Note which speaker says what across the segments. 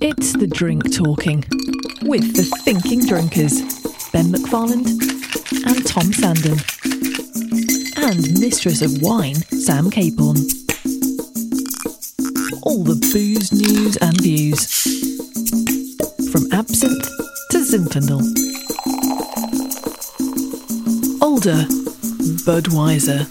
Speaker 1: It's the drink talking with the thinking drinkers, Ben McFarland and Tom Sandon, and mistress of wine, Sam Capon. All the booze news and views from absinthe to Zinfandel, older Budweiser.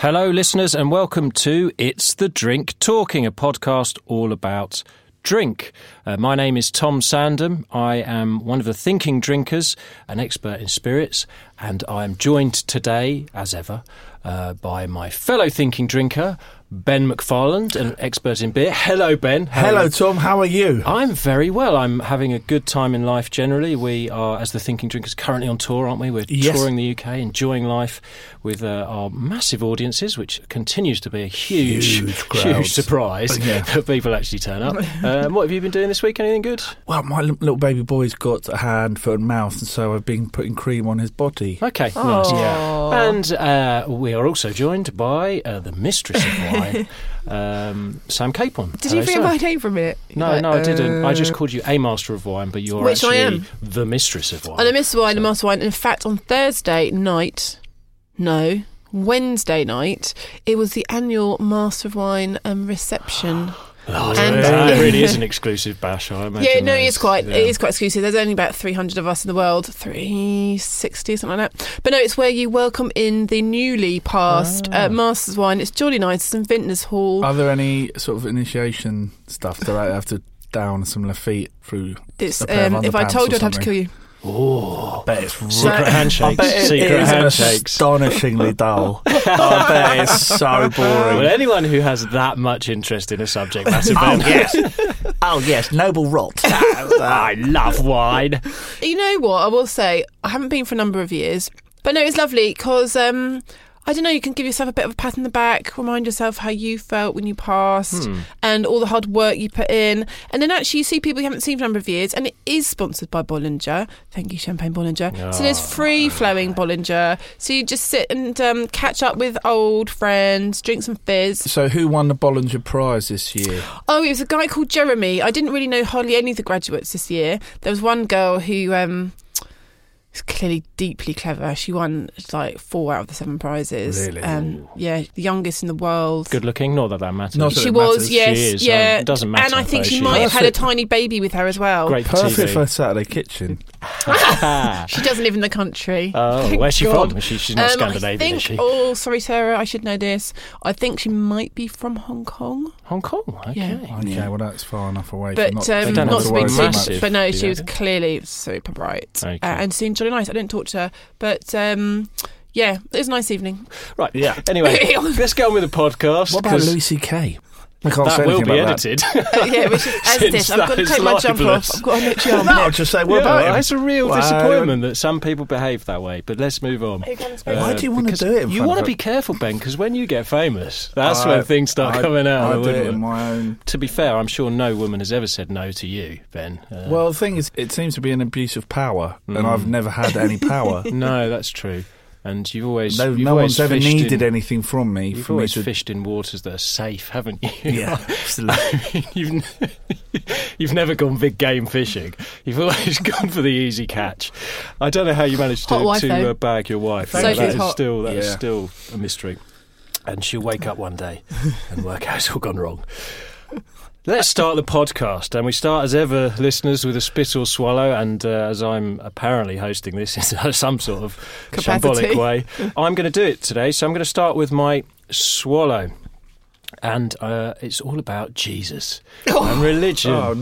Speaker 2: Hello, listeners, and welcome to It's the Drink Talking, a podcast all about drink. Uh, my name is Tom Sandham. I am one of the thinking drinkers, an expert in spirits, and I am joined today, as ever, uh, by my fellow thinking drinker, Ben McFarland, an expert in beer. Hello, Ben. How are
Speaker 3: Hello,
Speaker 2: you?
Speaker 3: Tom. How are you?
Speaker 2: I'm very well. I'm having a good time in life generally. We are, as the Thinking Drinkers, currently on tour, aren't we? We're
Speaker 3: Yes.
Speaker 2: touring the UK, enjoying life with uh, our massive audiences, which continues to be a huge,
Speaker 3: Huge crowds.
Speaker 2: surprise
Speaker 3: Yeah.
Speaker 2: that people actually turn up. um, what have you been doing this week? Anything good?
Speaker 3: Well, my li- little baby boy's got a hand, foot, and mouth, and so I've been putting cream on his body.
Speaker 2: Okay, nice. And uh, we are also joined by uh, the mistress of wine, um, Sam Capon.
Speaker 4: Did
Speaker 2: Hello,
Speaker 4: you think
Speaker 2: Sam.
Speaker 4: of my name for a minute?
Speaker 2: No,
Speaker 4: Like,
Speaker 2: no, I didn't. I just
Speaker 4: uh,
Speaker 2: called you a master of wine, but you're
Speaker 4: Which I
Speaker 2: actually
Speaker 4: am.
Speaker 2: the mistress of wine.
Speaker 4: And I miss wine, I miss wine. In fact, on Thursday night, no, Wednesday night, it was the annual Master of Wine um, reception.
Speaker 2: and
Speaker 4: And-
Speaker 2: that really is an exclusive bash, I imagine.
Speaker 4: yeah, no,
Speaker 2: that
Speaker 4: it is quite.
Speaker 2: yeah.
Speaker 4: It is quite exclusive. There's only about 300 of us in the world, 360 something like that. But no, it's where you welcome in the newly passed
Speaker 2: Ah.
Speaker 4: uh, Masters of Wine. It's jolly nice. It's in Vintners Hall.
Speaker 2: Oh,
Speaker 3: Are there any sort of initiation stuff that I have to down some Lafitte through?
Speaker 4: it's,
Speaker 3: a pair of
Speaker 4: um, if I
Speaker 3: underpants
Speaker 4: told
Speaker 3: or
Speaker 4: you, I'd have to
Speaker 3: something?
Speaker 4: kill you.
Speaker 3: I bet it's r-
Speaker 2: Secret
Speaker 3: I
Speaker 2: handshakes.
Speaker 3: bet it
Speaker 2: secret
Speaker 3: is
Speaker 2: handshakes.
Speaker 3: astonishingly dull. I bet it's so
Speaker 2: Well,
Speaker 3: boring.
Speaker 2: anyone who has that much interest in a subject matter, Ben,
Speaker 3: oh yes, noble rot.
Speaker 2: I love wine.
Speaker 4: You know what? I will say I haven't been for a number of years, but no, it's lovely because um, I don't know. You can give yourself a bit of a pat on the back, remind yourself how you felt when you passed, and all the hard work you put in. And then actually, you see people you haven't seen for a number of years, and it is sponsored by Bollinger. Thank you, Champagne Bollinger. So there's free flowing Bollinger. So you just sit and um, catch up with old friends, drink some fizz.
Speaker 3: so, who won the Bollinger Prize this year?
Speaker 4: Oh, it was a guy called Jeremy. I didn't really know hardly any of the graduates this year. There was one girl who um, is clearly deeply clever. She won like four out of the seven prizes.
Speaker 3: Really?
Speaker 4: Um, yeah, the youngest in the world.
Speaker 2: Good looking, not that that matters.
Speaker 3: Not that
Speaker 4: She
Speaker 3: it
Speaker 4: was,
Speaker 3: matters.
Speaker 4: yes,
Speaker 2: She is,
Speaker 4: yeah.
Speaker 2: um, doesn't matter,
Speaker 4: And I think
Speaker 2: though,
Speaker 4: she,
Speaker 2: she
Speaker 4: might
Speaker 2: is.
Speaker 4: have had a tiny baby with her as well.
Speaker 2: Great
Speaker 3: Perfect for Ah,
Speaker 2: TV.
Speaker 3: Saturday kitchen.
Speaker 4: She does live in the country.
Speaker 2: Oh,
Speaker 4: Thank
Speaker 2: where's she
Speaker 4: God.
Speaker 2: from? She, she's not
Speaker 4: Um, I
Speaker 2: Scandinavian,
Speaker 4: think,
Speaker 2: is she?
Speaker 4: Oh, sorry, Sarah. I should know this. I think she might be from Hong Kong.
Speaker 2: Hong Kong. Okay.
Speaker 4: Yeah.
Speaker 3: Okay, well that's far enough away.
Speaker 4: but
Speaker 3: from not,
Speaker 2: don't
Speaker 4: um, not,
Speaker 2: have
Speaker 3: not
Speaker 2: to
Speaker 4: to
Speaker 2: worry
Speaker 4: be
Speaker 2: too
Speaker 4: too
Speaker 2: much.
Speaker 4: much. But no,
Speaker 2: Yeah.
Speaker 4: she was clearly super bright
Speaker 2: Okay.
Speaker 4: uh, and seemed jolly nice. I didn't talk to her, but um, yeah, it was a nice evening.
Speaker 2: Right. Yeah. Anyway, let's get on with the podcast.
Speaker 3: What about
Speaker 2: 'cause
Speaker 3: Lucy Kay? I can't say
Speaker 2: That will
Speaker 3: anything
Speaker 2: be
Speaker 3: about that.
Speaker 2: edited.
Speaker 4: Uh, yeah, which is as
Speaker 2: Since
Speaker 4: this.
Speaker 2: that
Speaker 4: I've got to
Speaker 2: is
Speaker 4: take my jumper
Speaker 2: libelous.
Speaker 4: off. I've got a new jumper.
Speaker 3: No, I'll just say what
Speaker 2: Yeah,
Speaker 3: about him?
Speaker 2: It's a real
Speaker 3: Why-
Speaker 2: disappointment that some people behave that way, but let's move on.
Speaker 3: Why do you wanna
Speaker 2: Uh, because
Speaker 3: do it in
Speaker 2: You
Speaker 3: front
Speaker 2: want to
Speaker 3: of-
Speaker 2: be careful, Ben, because when you get famous, that's
Speaker 3: I-
Speaker 2: when things start
Speaker 3: I-
Speaker 2: coming out.
Speaker 3: I
Speaker 2: of
Speaker 3: do
Speaker 2: the
Speaker 3: it in
Speaker 2: woodwork.
Speaker 3: my own.
Speaker 2: To be fair, I'm sure no woman has ever said no to you, Ben. Uh, Mm.
Speaker 3: Well, the thing is, it seems to be an abuse of power, and I've never had any power.
Speaker 2: no, that's true. and you've always
Speaker 3: No,
Speaker 2: you've
Speaker 3: no
Speaker 2: always
Speaker 3: one's ever
Speaker 2: fished
Speaker 3: needed
Speaker 2: in-
Speaker 3: anything from me.
Speaker 2: You've
Speaker 3: for me
Speaker 2: always
Speaker 3: to,
Speaker 2: fished in waters that are safe, haven't you?
Speaker 3: Yeah, absolutely.
Speaker 2: you've, you've never gone big game fishing. You've always gone for the easy catch. I don't know how you managed
Speaker 4: Hot
Speaker 2: to,
Speaker 4: wife,
Speaker 2: to
Speaker 4: though.
Speaker 2: uh, bag your wife.
Speaker 4: Sophie's
Speaker 2: that is
Speaker 4: hot.
Speaker 2: still that is
Speaker 3: Yeah.
Speaker 2: still a mystery. And she'll wake up one day and work out it's all gone wrong. Let's start the podcast, and we start as ever, listeners, with a spit or swallow. And uh, as I'm apparently hosting this in some sort of
Speaker 4: Capacity.
Speaker 2: shambolic way, I'm going to do it today. So I'm going to start with my swallow, and uh, it's all about Jesus and religion.
Speaker 3: Oh,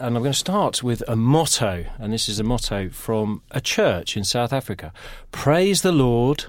Speaker 2: And I'm going to start with a motto, and this is a motto from a church in South Africa Praise the Lord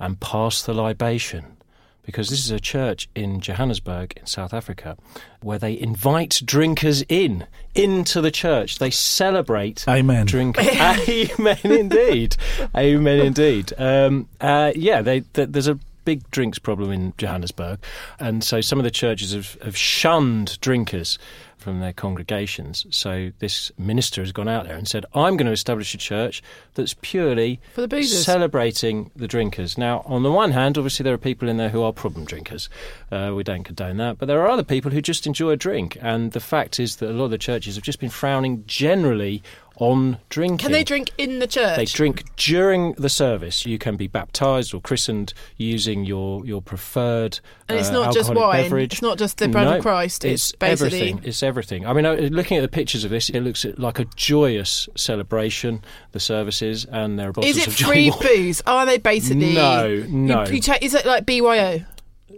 Speaker 2: and pass the libation. Because this is a church in Johannesburg, in South Africa, where they invite drinkers in, into the church. They celebrate
Speaker 3: Amen.
Speaker 2: drink. Amen, indeed. Amen, indeed. Um, uh, yeah, they, th there's a big drinks problem in Johannesburg, and so some of the churches have, have shunned drinkers from their congregations. So this minister has gone out there and said, "I'm going to establish a church that's purely
Speaker 4: Uh, For the boozers.
Speaker 2: celebrating the drinkers." Now, on the one hand, obviously there are people in there who are problem drinkers. Uh, we don't condone that, but there are other people who just enjoy a drink, and the fact is that a lot of the churches have just been frowning generally on drinking.
Speaker 4: Can they drink in the church?
Speaker 2: They drink during the service. You can be baptized or christened using your, your preferred
Speaker 4: And it's
Speaker 2: uh,
Speaker 4: not just
Speaker 2: alcoholic
Speaker 4: wine.
Speaker 2: beverage.
Speaker 4: It's not just the blood of
Speaker 2: No,
Speaker 4: Christ. It's basically-
Speaker 2: everything. It's everything. I mean, I- looking at the pictures of this, it looks like a joyous celebration. The services and there are bottles
Speaker 4: Is it
Speaker 2: of Johnny
Speaker 4: free
Speaker 2: Walker.
Speaker 4: booze? Are they basically?
Speaker 2: No,
Speaker 4: You-
Speaker 2: no.
Speaker 4: You, check, is it like BYO?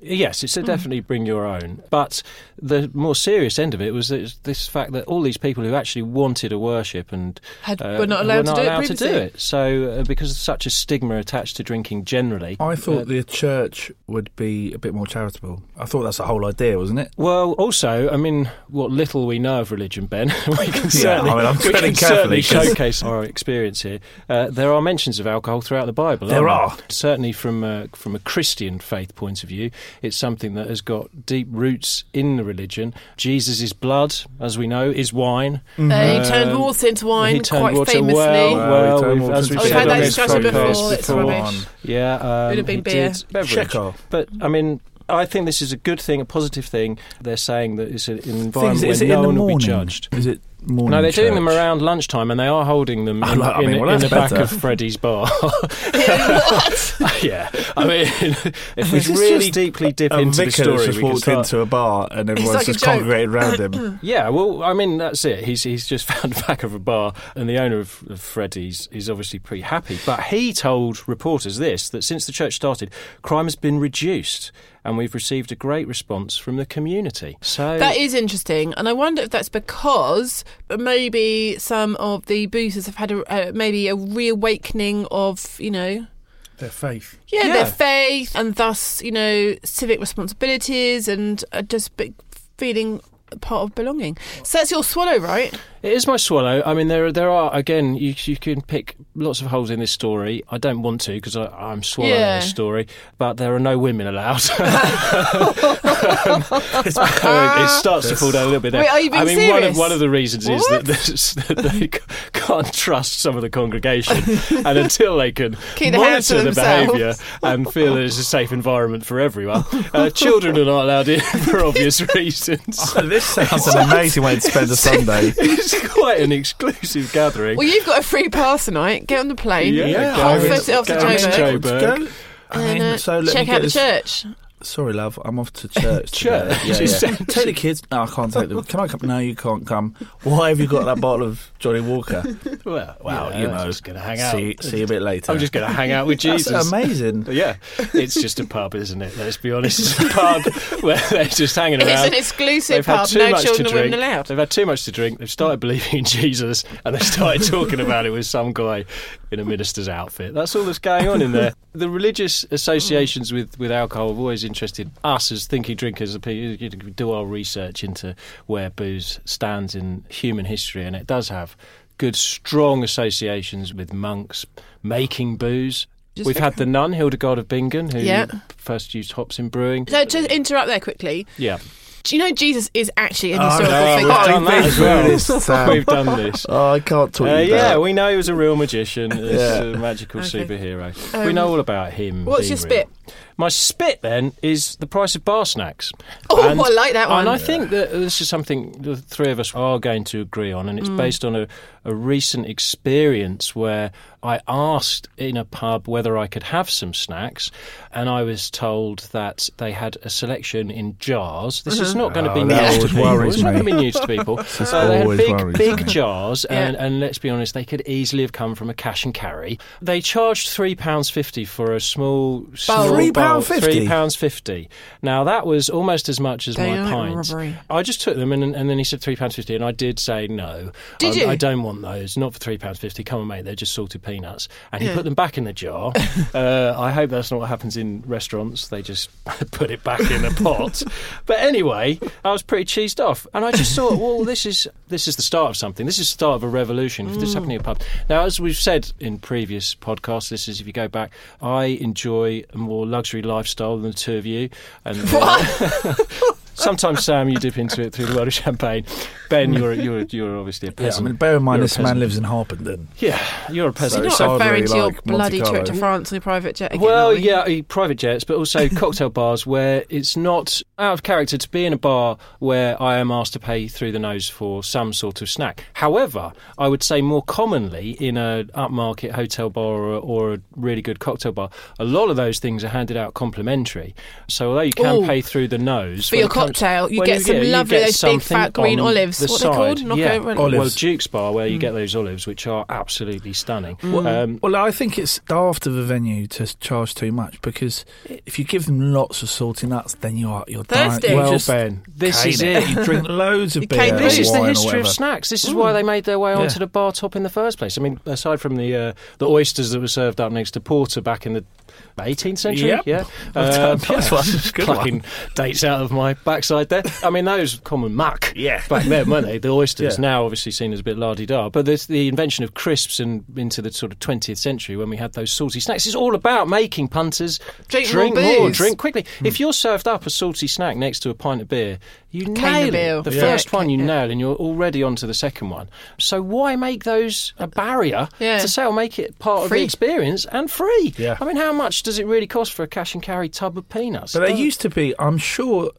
Speaker 2: Yes, it's a
Speaker 4: Hmm.
Speaker 2: definitely bring your own. But the more serious end of it was this, this fact that all these people who actually wanted to worship and uh,
Speaker 4: Had- were not allowed to do it
Speaker 2: allowed do
Speaker 4: previously.
Speaker 2: it. So uh, because of such a stigma attached to drinking generally, uh,
Speaker 3: I thought the church would be a bit more charitable. I thought that's the whole idea, wasn't it?
Speaker 2: Well, also, I mean, what little we know of religion, Ben, we can certainly,
Speaker 3: I mean, I'm
Speaker 2: we
Speaker 3: treading
Speaker 2: can certainly
Speaker 3: carefully 'cause-
Speaker 2: showcase our experience here. Uh, there are mentions of alcohol throughout the Bible.
Speaker 3: There
Speaker 2: aren't
Speaker 3: are.
Speaker 2: certainly from a, from a Christian faith point of view, it's something that has got deep roots in the religion. Jesus' blood, as we know, is wine.
Speaker 4: Uh,
Speaker 2: Um,
Speaker 4: he turned water into wine
Speaker 2: he turned
Speaker 4: quite
Speaker 2: water-
Speaker 4: famously.
Speaker 2: well,
Speaker 3: Wow,
Speaker 2: Oh, well,
Speaker 3: we don't
Speaker 2: we've-
Speaker 3: want
Speaker 2: as
Speaker 3: to
Speaker 2: we've
Speaker 3: be
Speaker 4: said on
Speaker 3: on this
Speaker 4: this discussion
Speaker 3: podcast
Speaker 4: before, it's
Speaker 3: before.
Speaker 4: rubbish.
Speaker 2: Yeah, um,
Speaker 4: Would have been
Speaker 2: he
Speaker 4: beer.
Speaker 2: did beverage.
Speaker 3: Chekhov.
Speaker 2: But I mean, I think this is a good thing, a positive thing. They're saying that it's an environment
Speaker 3: Things-
Speaker 2: where
Speaker 3: is it
Speaker 2: no
Speaker 3: in the
Speaker 2: one will be
Speaker 3: morning?
Speaker 2: judged.
Speaker 3: Is it morning?
Speaker 2: No, they're doing them
Speaker 3: church?
Speaker 2: around lunchtime, and they are holding them
Speaker 3: Oh,
Speaker 2: in,
Speaker 3: like- I
Speaker 2: in-
Speaker 3: mean, well,
Speaker 2: in the back
Speaker 3: that's better.
Speaker 2: of Freddy's bar.
Speaker 4: what?
Speaker 2: yeah, I mean, if we
Speaker 3: This is
Speaker 2: really um,
Speaker 3: just
Speaker 2: deeply dip
Speaker 3: A
Speaker 2: into the
Speaker 3: vicar
Speaker 2: story,
Speaker 3: that's just
Speaker 2: we can
Speaker 3: walked
Speaker 2: start.
Speaker 3: into a bar and everyone's
Speaker 4: like a
Speaker 3: just
Speaker 4: joke.
Speaker 3: congregated around him.
Speaker 2: Yeah, well, I mean, that's it. He's he's just found the back of a bar, and the owner of, of Freddy's is obviously pretty happy. But he told reporters this that since the church started, crime has been reduced, and we've received a great response from the community. So
Speaker 4: That is interesting, and I wonder if that's because maybe some of the boosters have had a, uh, maybe a reawakening of you know
Speaker 3: Their faith.
Speaker 4: yeah,
Speaker 2: Yeah.
Speaker 4: their faith and thus you know civic responsibilities and uh, just big feeling part of belonging. So that's your swallow, right?
Speaker 2: It is my swallow. I mean, there there are again. You you can pick lots of holes in this story. I don't want to because I'm swallowing
Speaker 4: Yeah.
Speaker 2: this story. But there are no women allowed. It's- it starts to fall down a little bit. There.
Speaker 4: Wait, are you being
Speaker 2: I mean, one of
Speaker 4: serious?
Speaker 2: one of the reasons is that,
Speaker 4: What?
Speaker 2: this, that they c- can't trust some of the congregation, and until they can
Speaker 4: Keep their hands to
Speaker 2: monitor the
Speaker 4: themselves.
Speaker 2: behaviour and feel that it's a safe environment for everyone, uh, children are not allowed in for obvious reasons.
Speaker 3: this sounds an amazing way to spend a Sunday.
Speaker 2: it's quite an exclusive gathering.
Speaker 4: Well, you've got a free pass tonight. Get on the plane.
Speaker 2: Yeah,
Speaker 3: Yeah,
Speaker 4: I'll
Speaker 3: go.
Speaker 4: foot it off to
Speaker 2: Go on to
Speaker 4: Joburg.
Speaker 2: Joburg.
Speaker 3: Go. I
Speaker 4: And,
Speaker 3: mean,
Speaker 4: uh,
Speaker 3: so let
Speaker 4: check
Speaker 3: me get
Speaker 4: out the
Speaker 3: this-
Speaker 4: church.
Speaker 3: Sorry, love, I'm off to church.
Speaker 2: Church?
Speaker 3: today.
Speaker 2: Is
Speaker 3: Yeah, yeah.
Speaker 2: that-
Speaker 3: Take the kids. No, I can't take them. Can I come? No, you can't come. Why have you got that bottle of Johnny Walker?
Speaker 2: Well,
Speaker 3: Well,
Speaker 2: yeah,
Speaker 3: you
Speaker 2: I'm
Speaker 3: know,
Speaker 2: just gonna hang out.
Speaker 3: See, see you a bit later.
Speaker 2: I'm just going to hang out with
Speaker 3: That's
Speaker 2: Jesus.
Speaker 3: amazing.
Speaker 2: uh, Yeah, it's just a pub, isn't it? Let's be honest, it's a pub where they're just hanging
Speaker 4: It's
Speaker 2: around.
Speaker 4: an exclusive
Speaker 2: They've had
Speaker 4: pub.
Speaker 2: too
Speaker 4: No
Speaker 2: much
Speaker 4: children
Speaker 2: to
Speaker 4: and women
Speaker 2: drink.
Speaker 4: allowed.
Speaker 2: They've had too much to drink. They've started believing in Jesus, and they started talking about it with some guy in a minister's outfit. That's all that's going on in there. The religious associations with, with alcohol have always interested us as thinking drinkers. the people who Do our research into where booze stands in human history, and it does have good, strong associations with monks making booze.
Speaker 4: Just-
Speaker 2: We've had the nun Hildegard of Bingen, who
Speaker 4: Yeah.
Speaker 2: first used hops in brewing.
Speaker 4: So just interrupt there quickly.
Speaker 2: Yeah.
Speaker 4: Do you know Jesus is actually an
Speaker 3: Oh,
Speaker 4: historical
Speaker 3: no,
Speaker 4: figure?
Speaker 3: we've done
Speaker 2: We've been
Speaker 3: that as well.
Speaker 2: through this, Sam. We've done this.
Speaker 3: Oh, I can't talk
Speaker 2: Uh,
Speaker 3: about
Speaker 2: yeah,
Speaker 3: it.
Speaker 2: we know he was a real magician, this
Speaker 3: Yeah.
Speaker 2: uh, magical
Speaker 4: Okay.
Speaker 2: superhero. we
Speaker 4: Um,
Speaker 2: know all about him.
Speaker 4: what's
Speaker 2: being
Speaker 4: your
Speaker 2: real.
Speaker 4: spit?
Speaker 2: My spit then is the price of bar snacks.
Speaker 4: Oh, I like that one.
Speaker 2: And I think that this is something the three of us are going to agree on, and it's
Speaker 4: Mm.
Speaker 2: based on a, a recent experience where I asked in a pub whether I could have some snacks, and I was told that they had a selection in jars. This
Speaker 4: Uh-huh.
Speaker 2: is not going to be
Speaker 3: Oh, that
Speaker 2: news to
Speaker 3: always
Speaker 2: people.
Speaker 3: worries
Speaker 2: It's not
Speaker 3: me.
Speaker 2: going to be news to people. so they had
Speaker 3: always
Speaker 2: big,
Speaker 3: worries
Speaker 2: big
Speaker 3: me.
Speaker 2: jars,
Speaker 4: Yeah.
Speaker 2: and, and let's be honest, they could easily have come from a cash and carry. They charged three pounds fifty for a small small bowl.
Speaker 3: Three pound fifty?
Speaker 2: Three pounds fifty. Now that was almost as much as
Speaker 4: They
Speaker 2: my
Speaker 4: are
Speaker 2: pint.
Speaker 4: robbery.
Speaker 2: I just took them, and, and then he said three pounds fifty, and I did say no. Um,
Speaker 4: Did
Speaker 2: I,
Speaker 4: you?
Speaker 2: I don't want those. Not for three pounds fifty. Come on, mate. They're just salted peanuts. And he
Speaker 4: Yeah.
Speaker 2: put them back in the jar. uh, I hope that's not what happens in restaurants. They just put it back in a pot. but anyway, I was pretty cheesed off, and I just thought, well, this is this is the start of something. This is the start of a revolution. If this
Speaker 4: Mm.
Speaker 2: is happening in a pub now, as we've said in previous podcasts, this is if you go back. I enjoy a more luxury lifestyle than the two of you, and. uh, Sometimes, Sam, you dip into it through the world of champagne. Ben, you're you're you're obviously a
Speaker 3: Yeah, I
Speaker 2: peasant.
Speaker 3: mean, bear in mind
Speaker 2: You're a
Speaker 3: this man
Speaker 2: peasant.
Speaker 3: lives in Harpenden.
Speaker 2: Yeah, you're a peasant.
Speaker 4: You're
Speaker 3: it's
Speaker 4: not referring
Speaker 3: hardly
Speaker 4: to your
Speaker 3: like Monte
Speaker 4: bloody trip
Speaker 3: Carlo.
Speaker 4: to France on your private jet again.
Speaker 2: well,
Speaker 4: are we?
Speaker 2: yeah, eh, private jets, but also cocktail bars where it's not out of character to be in a bar where I am asked to pay through the nose for some sort of snack. However, I would say more commonly in a upmarket hotel bar or, a- or a really good cocktail bar, a lot of those things are handed out complimentary. So although you can
Speaker 4: Ooh.
Speaker 2: pay through the nose
Speaker 4: For
Speaker 2: when
Speaker 4: your
Speaker 2: it comes-
Speaker 4: cocktail, you
Speaker 2: when
Speaker 4: get some lovely- those big,
Speaker 2: something
Speaker 4: fat green
Speaker 2: on
Speaker 4: olives.
Speaker 2: the
Speaker 4: What they're called?
Speaker 2: side.
Speaker 4: Knock
Speaker 2: Yeah.
Speaker 4: over Mm. and-
Speaker 3: Olives.
Speaker 2: Well, Duke's Bar, where you get those olives, which are absolutely stunning.
Speaker 4: Mm.
Speaker 2: Um,
Speaker 3: Well, I think it's daft of a venue to charge too much because if you give them lots of salty nuts, then you are you're dying-
Speaker 4: Thirsty.
Speaker 3: you're
Speaker 4: Well,
Speaker 3: just
Speaker 2: Ben, this
Speaker 3: cane
Speaker 2: is it.
Speaker 3: You drink loads of
Speaker 4: You
Speaker 3: beer.
Speaker 4: cane
Speaker 3: or
Speaker 4: it.
Speaker 2: This is the
Speaker 3: wine or
Speaker 2: history of
Speaker 3: whatever. Hmm.
Speaker 2: snacks. This is why they made their way
Speaker 3: Yeah.
Speaker 2: onto the bar top in the first place. I mean, aside from the uh, the oysters that were served up next to porter back in the 18th century,
Speaker 3: Yep.
Speaker 2: yeah,
Speaker 3: Well done. Nice one. Good one.
Speaker 2: plucking dates out of my backside there. I mean, those common muck,
Speaker 3: Yeah.
Speaker 2: back then, weren't they? The oysters
Speaker 3: Yeah.
Speaker 2: now obviously seen as a bit la di da, but there's the invention of crisps and into the sort of 20th century when we had those salty snacks. It's all about making punters
Speaker 4: Drink
Speaker 2: drink
Speaker 4: more
Speaker 2: more
Speaker 4: booze.
Speaker 2: drink quickly.
Speaker 3: Hmm.
Speaker 2: If you're served up a salty snack next to a pint of beer, you
Speaker 4: Cane
Speaker 2: nail
Speaker 4: the
Speaker 2: it.
Speaker 4: bill.
Speaker 2: The
Speaker 4: Yeah.
Speaker 2: first one you
Speaker 4: Yeah.
Speaker 2: nail, and you're already onto the second one. So why make those a barrier
Speaker 4: Yeah.
Speaker 2: to sale? Make it part of
Speaker 4: Free.
Speaker 2: the experience and free.
Speaker 3: Yeah.
Speaker 2: I mean, how much does it really cost for a cash and carry tub of peanuts?
Speaker 3: But they
Speaker 2: Don't-
Speaker 3: used to be, I'm sure,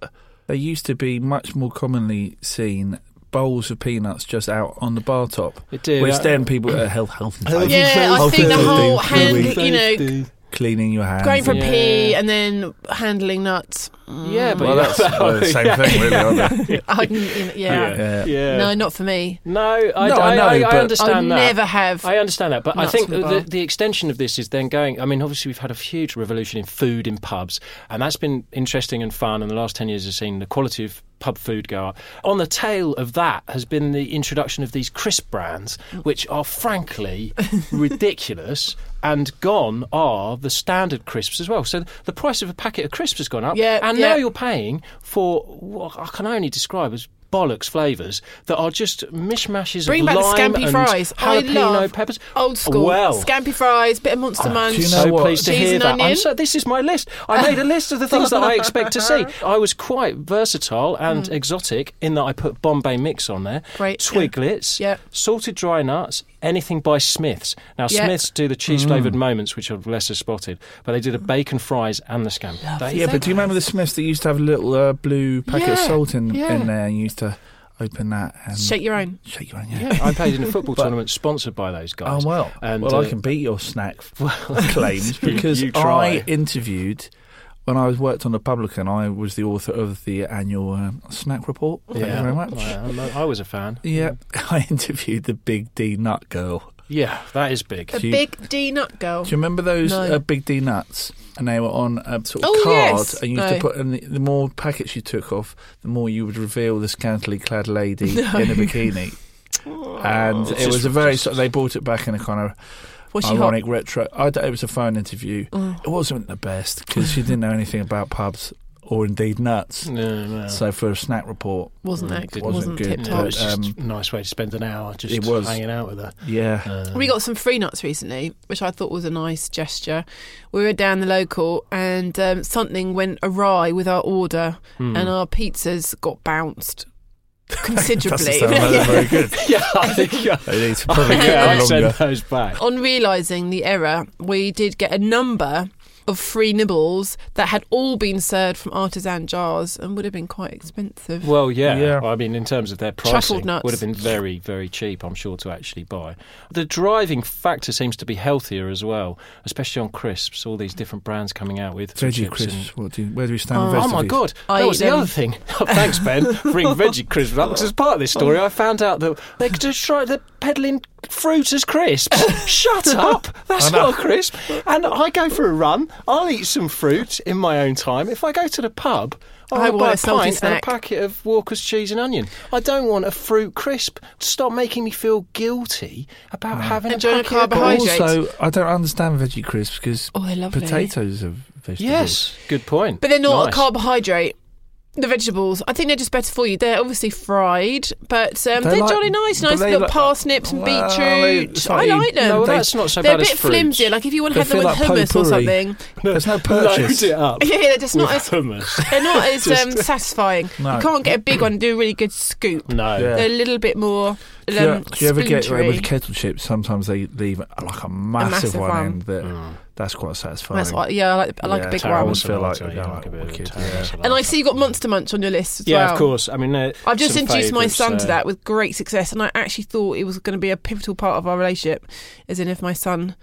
Speaker 3: they used to be much more commonly seen bowls of peanuts just out on the bar top.
Speaker 2: It did,
Speaker 3: Which
Speaker 2: yeah.
Speaker 3: then people at health, health, and safety,
Speaker 4: Yeah, I
Speaker 3: Health
Speaker 4: think
Speaker 3: and
Speaker 4: the
Speaker 3: safety,
Speaker 4: whole
Speaker 3: three
Speaker 4: hand,
Speaker 3: weeks,
Speaker 4: you know,
Speaker 3: cleaning your hands.
Speaker 4: going for
Speaker 3: and-
Speaker 4: a pee and then handling nuts.
Speaker 2: yeah, but
Speaker 3: well, that's well, the same thing, really. Aren't they?
Speaker 4: I, yeah.
Speaker 3: Yeah.
Speaker 2: yeah.
Speaker 4: No, not for me.
Speaker 2: No, I,
Speaker 3: No,
Speaker 2: I,
Speaker 3: I know,
Speaker 2: I- I
Speaker 3: but-
Speaker 4: I
Speaker 2: understand that.
Speaker 4: never have.
Speaker 2: I understand that, but I
Speaker 4: nuts
Speaker 2: think
Speaker 4: in a
Speaker 2: the,
Speaker 4: bar.
Speaker 2: the extension of this is then going. I mean, obviously, we've had a huge revolution in food in pubs, and that's been interesting and fun. And the last 10 years has seen the quality of pub food go up. On the tail of that has been the introduction of these crisp brands, which are frankly ridiculous. And gone are the standard crisps as well. So the price of a packet of crisps has gone up.
Speaker 4: Yeah,
Speaker 2: and
Speaker 4: yeah.
Speaker 2: now you're paying for what I can only describe as bollocks flavours that are just mishmashes of
Speaker 4: Bring back the
Speaker 2: lime
Speaker 4: scampi
Speaker 2: and
Speaker 4: fries. I
Speaker 2: jalapeno
Speaker 4: love
Speaker 2: peppers.
Speaker 4: Old school.
Speaker 2: Well,
Speaker 4: Scampi fries, bit of monster munch.
Speaker 3: Ah, do you
Speaker 2: so
Speaker 3: know what?
Speaker 2: pleased to
Speaker 4: Cheese
Speaker 2: hear
Speaker 4: and
Speaker 2: that. I'm
Speaker 4: onion?
Speaker 2: so, this is my list. I made a list of the things that I expect to see. I was quite versatile and exotic in that I put Bombay mix on there,
Speaker 4: Mm. Great.
Speaker 2: twiglets,
Speaker 4: Yeah.
Speaker 2: salted dry nuts, anything by Smiths. Now
Speaker 4: Yeah.
Speaker 2: Smiths do the cheese flavoured moments, which I've lesser spotted, but they did
Speaker 4: Mm.
Speaker 2: the bacon fries and the scampi. They-
Speaker 3: Yeah, but do you remember the Smiths that used to have a little uh, blue packet of
Speaker 2: Yeah,
Speaker 3: salt in,
Speaker 2: yeah.
Speaker 3: in there and you used to open that and
Speaker 4: Shake your own.
Speaker 3: shake your hand? Yeah.
Speaker 2: Yeah, I played in a football tournament sponsored by those
Speaker 3: Oh
Speaker 2: guys.
Speaker 3: well,
Speaker 2: And,
Speaker 3: well I
Speaker 2: uh,
Speaker 3: can beat your snack claims
Speaker 2: you-
Speaker 3: because
Speaker 2: you try.
Speaker 3: I interviewed when I was worked on the Publican. I was the author of the annual um, snack report. Thank you very much.
Speaker 2: Yeah, I was a fan.
Speaker 3: Yeah, I interviewed the Big D Nut Girl.
Speaker 2: Yeah, that is big.
Speaker 4: A
Speaker 3: Do you-
Speaker 4: big D nut girl.
Speaker 3: Do you remember those
Speaker 4: No.
Speaker 3: uh, Big D Nuts? And they were on a sort of
Speaker 4: Oh,
Speaker 3: card,
Speaker 4: yes.
Speaker 3: and you used
Speaker 4: No.
Speaker 3: to put. And the, the more packets you took off, the more you would reveal the scantily clad lady in a bikini.
Speaker 4: Oh.
Speaker 3: And it was a very. So they brought it back in a kind of
Speaker 4: Was she hot? Mm,
Speaker 3: ironic retro. I d it was a phone interview. It wasn't the best because she didn't know anything about pubs or indeed nuts.
Speaker 2: No, no.
Speaker 3: So for a snack report,
Speaker 4: wasn't that
Speaker 2: It
Speaker 3: wasn't
Speaker 4: wasn't,
Speaker 3: good,
Speaker 4: tip
Speaker 2: Well,
Speaker 3: but,
Speaker 4: top.
Speaker 2: it's just
Speaker 3: um,
Speaker 2: a nice way to spend an hour just
Speaker 3: it was.
Speaker 2: hanging out with her.
Speaker 3: yeah,
Speaker 4: we got some free nuts recently, which I thought was a nice gesture. We were down the local, and um, something went awry with our order,
Speaker 3: Hmm.
Speaker 4: and our pizzas got bounced considerably.
Speaker 3: Doesn't sound
Speaker 4: Yeah.
Speaker 3: very good.
Speaker 2: yeah, I think yeah.
Speaker 3: They need to probably get
Speaker 2: yeah,
Speaker 3: them
Speaker 2: I'd send
Speaker 3: longer.
Speaker 2: those back.
Speaker 4: On realising the error, we did get a number of free nibbles that had all been served from artisan jars and would have been quite expensive.
Speaker 2: Well, yeah.
Speaker 3: Yeah.
Speaker 2: I mean, in terms of their
Speaker 4: Truffled
Speaker 2: pricing,
Speaker 4: nuts.
Speaker 2: would have been very, very cheap. I'm sure to actually buy. The driving factor seems to be healthier as well, especially on crisps. All these different brands coming out with
Speaker 3: Veggie
Speaker 2: chips and-
Speaker 3: crisps. What do you, where do we stand on
Speaker 2: Oh
Speaker 3: vegetables?
Speaker 2: my god,
Speaker 4: I
Speaker 2: that was
Speaker 4: eat
Speaker 2: the
Speaker 4: them.
Speaker 2: other thing. Oh, Thanks, Ben. Bring veggie crisps up. 'cause as part of this story, I found out that they could just try. They're peddling fruit as crisps. Shut up! That's not a crisp. And I go for a run. I'll eat some fruit in my own time. If I go to the pub.
Speaker 4: I
Speaker 2: I'll
Speaker 4: want
Speaker 2: buy
Speaker 4: a
Speaker 2: a
Speaker 4: salty
Speaker 2: pint and a
Speaker 4: snack.
Speaker 2: packet of Walker's cheese and onion. I don't want a fruit crisp. Stop making me feel guilty
Speaker 4: Mm.
Speaker 2: about having a
Speaker 4: Enjoying a
Speaker 2: packet of
Speaker 3: But
Speaker 4: carbohydrate.
Speaker 2: balls.
Speaker 3: also, I don't understand veggie crisps because
Speaker 4: Oh, they're lovely.
Speaker 3: potatoes are vegetables.
Speaker 2: Yes, good point.
Speaker 4: But they're not a
Speaker 2: Nice.
Speaker 4: carbohydrate. The vegetables, I think they're just better for you. They're obviously fried, but um,
Speaker 3: They're
Speaker 4: they're,
Speaker 3: like-
Speaker 4: jolly nice.
Speaker 3: but
Speaker 4: Nice
Speaker 3: they
Speaker 4: little
Speaker 3: look-
Speaker 4: parsnips and
Speaker 3: well, they-
Speaker 4: beetroot.
Speaker 3: it's
Speaker 4: I
Speaker 3: like you-
Speaker 4: like them.
Speaker 2: No, well,
Speaker 4: They-
Speaker 2: that's not so
Speaker 4: they're
Speaker 2: bad
Speaker 4: a
Speaker 2: as
Speaker 4: bit
Speaker 2: fruit.
Speaker 4: flimsy. Like if you want to
Speaker 3: They
Speaker 4: have them with
Speaker 3: feel like
Speaker 4: hummus
Speaker 3: potpourri.
Speaker 4: or something,
Speaker 3: There's no purchase.
Speaker 2: Load it up.
Speaker 4: yeah, they're just not
Speaker 2: with
Speaker 4: as
Speaker 2: hummus.
Speaker 4: they're not as um,
Speaker 2: Just-
Speaker 4: satisfying.
Speaker 3: No.
Speaker 4: You can't get a big one and do a really good scoop.
Speaker 2: No.
Speaker 3: Yeah.
Speaker 4: They're a little bit more. Um,
Speaker 3: Do you, do you ever get like,
Speaker 4: splintery.
Speaker 3: with kettle chips? Sometimes they leave uh, like a massive,
Speaker 4: massive
Speaker 3: one,
Speaker 4: one.
Speaker 3: end that
Speaker 2: Mm.
Speaker 3: that's quite satisfying.
Speaker 4: That's what, yeah, I like, I like
Speaker 3: Yeah,
Speaker 4: a big
Speaker 3: I
Speaker 4: one.
Speaker 3: always feel like- yeah, like wicked, yeah.
Speaker 4: And I see you got Monster Munch on your list as
Speaker 2: Yeah,
Speaker 4: well.
Speaker 2: of course. I mean, uh,
Speaker 4: I've just
Speaker 2: some
Speaker 4: introduced my
Speaker 2: favourites,
Speaker 4: son to
Speaker 2: uh,
Speaker 4: that with great success, and I actually thought it was going to be a pivotal part of our relationship. As in, if my son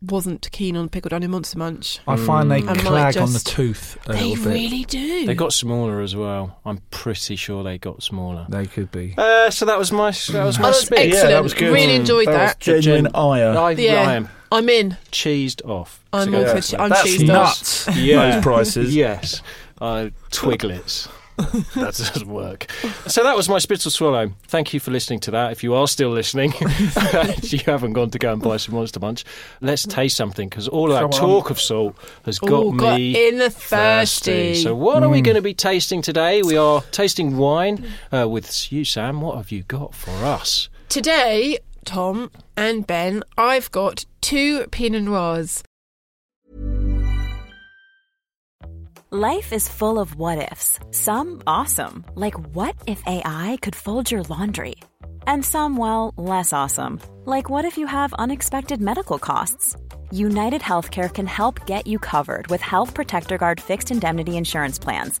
Speaker 4: wasn't keen on pickled onion Monster Munch,
Speaker 3: I find they
Speaker 4: Mm. I might
Speaker 3: clag on the
Speaker 4: just-
Speaker 3: tooth a
Speaker 4: they
Speaker 3: little bit.
Speaker 4: really do.
Speaker 2: They got smaller as well. I'm pretty sure they got smaller.
Speaker 3: They could be.
Speaker 2: Uh, so that was my that was
Speaker 4: oh,
Speaker 2: my
Speaker 4: that's
Speaker 2: spit.
Speaker 4: excellent. Really enjoyed that.
Speaker 3: genuine
Speaker 2: Gen-
Speaker 3: ire.
Speaker 2: I,
Speaker 4: Yeah.
Speaker 2: I am
Speaker 4: I'm in.
Speaker 2: cheesed off.
Speaker 4: I'm
Speaker 2: So
Speaker 4: all
Speaker 2: go-
Speaker 4: for. I'm
Speaker 3: That's
Speaker 4: cheesed off.
Speaker 3: nuts.
Speaker 2: Yeah.
Speaker 3: Those prices.
Speaker 2: Yes, uh, twiglets. that doesn't work. So that was my spittle swallow. Thank you for listening to that. If you are still listening, and you haven't gone to go and buy some Monster Munch. Let's taste something because all that
Speaker 3: Come on.
Speaker 2: talk of salt has got
Speaker 4: Ooh, got
Speaker 2: me
Speaker 4: in the thirsty.
Speaker 2: So what are we going to be tasting today? We are tasting wine uh, with you, Sam. What have you got for us?
Speaker 4: Today, Tom and Ben, I've got two Pinot Noirs.
Speaker 5: Life is full of what ifs. Some awesome, like what if AI could fold your laundry? And some, well, less awesome, like what if you have unexpected medical costs? United Healthcare can help get you covered with Health Protector Guard fixed indemnity insurance plans.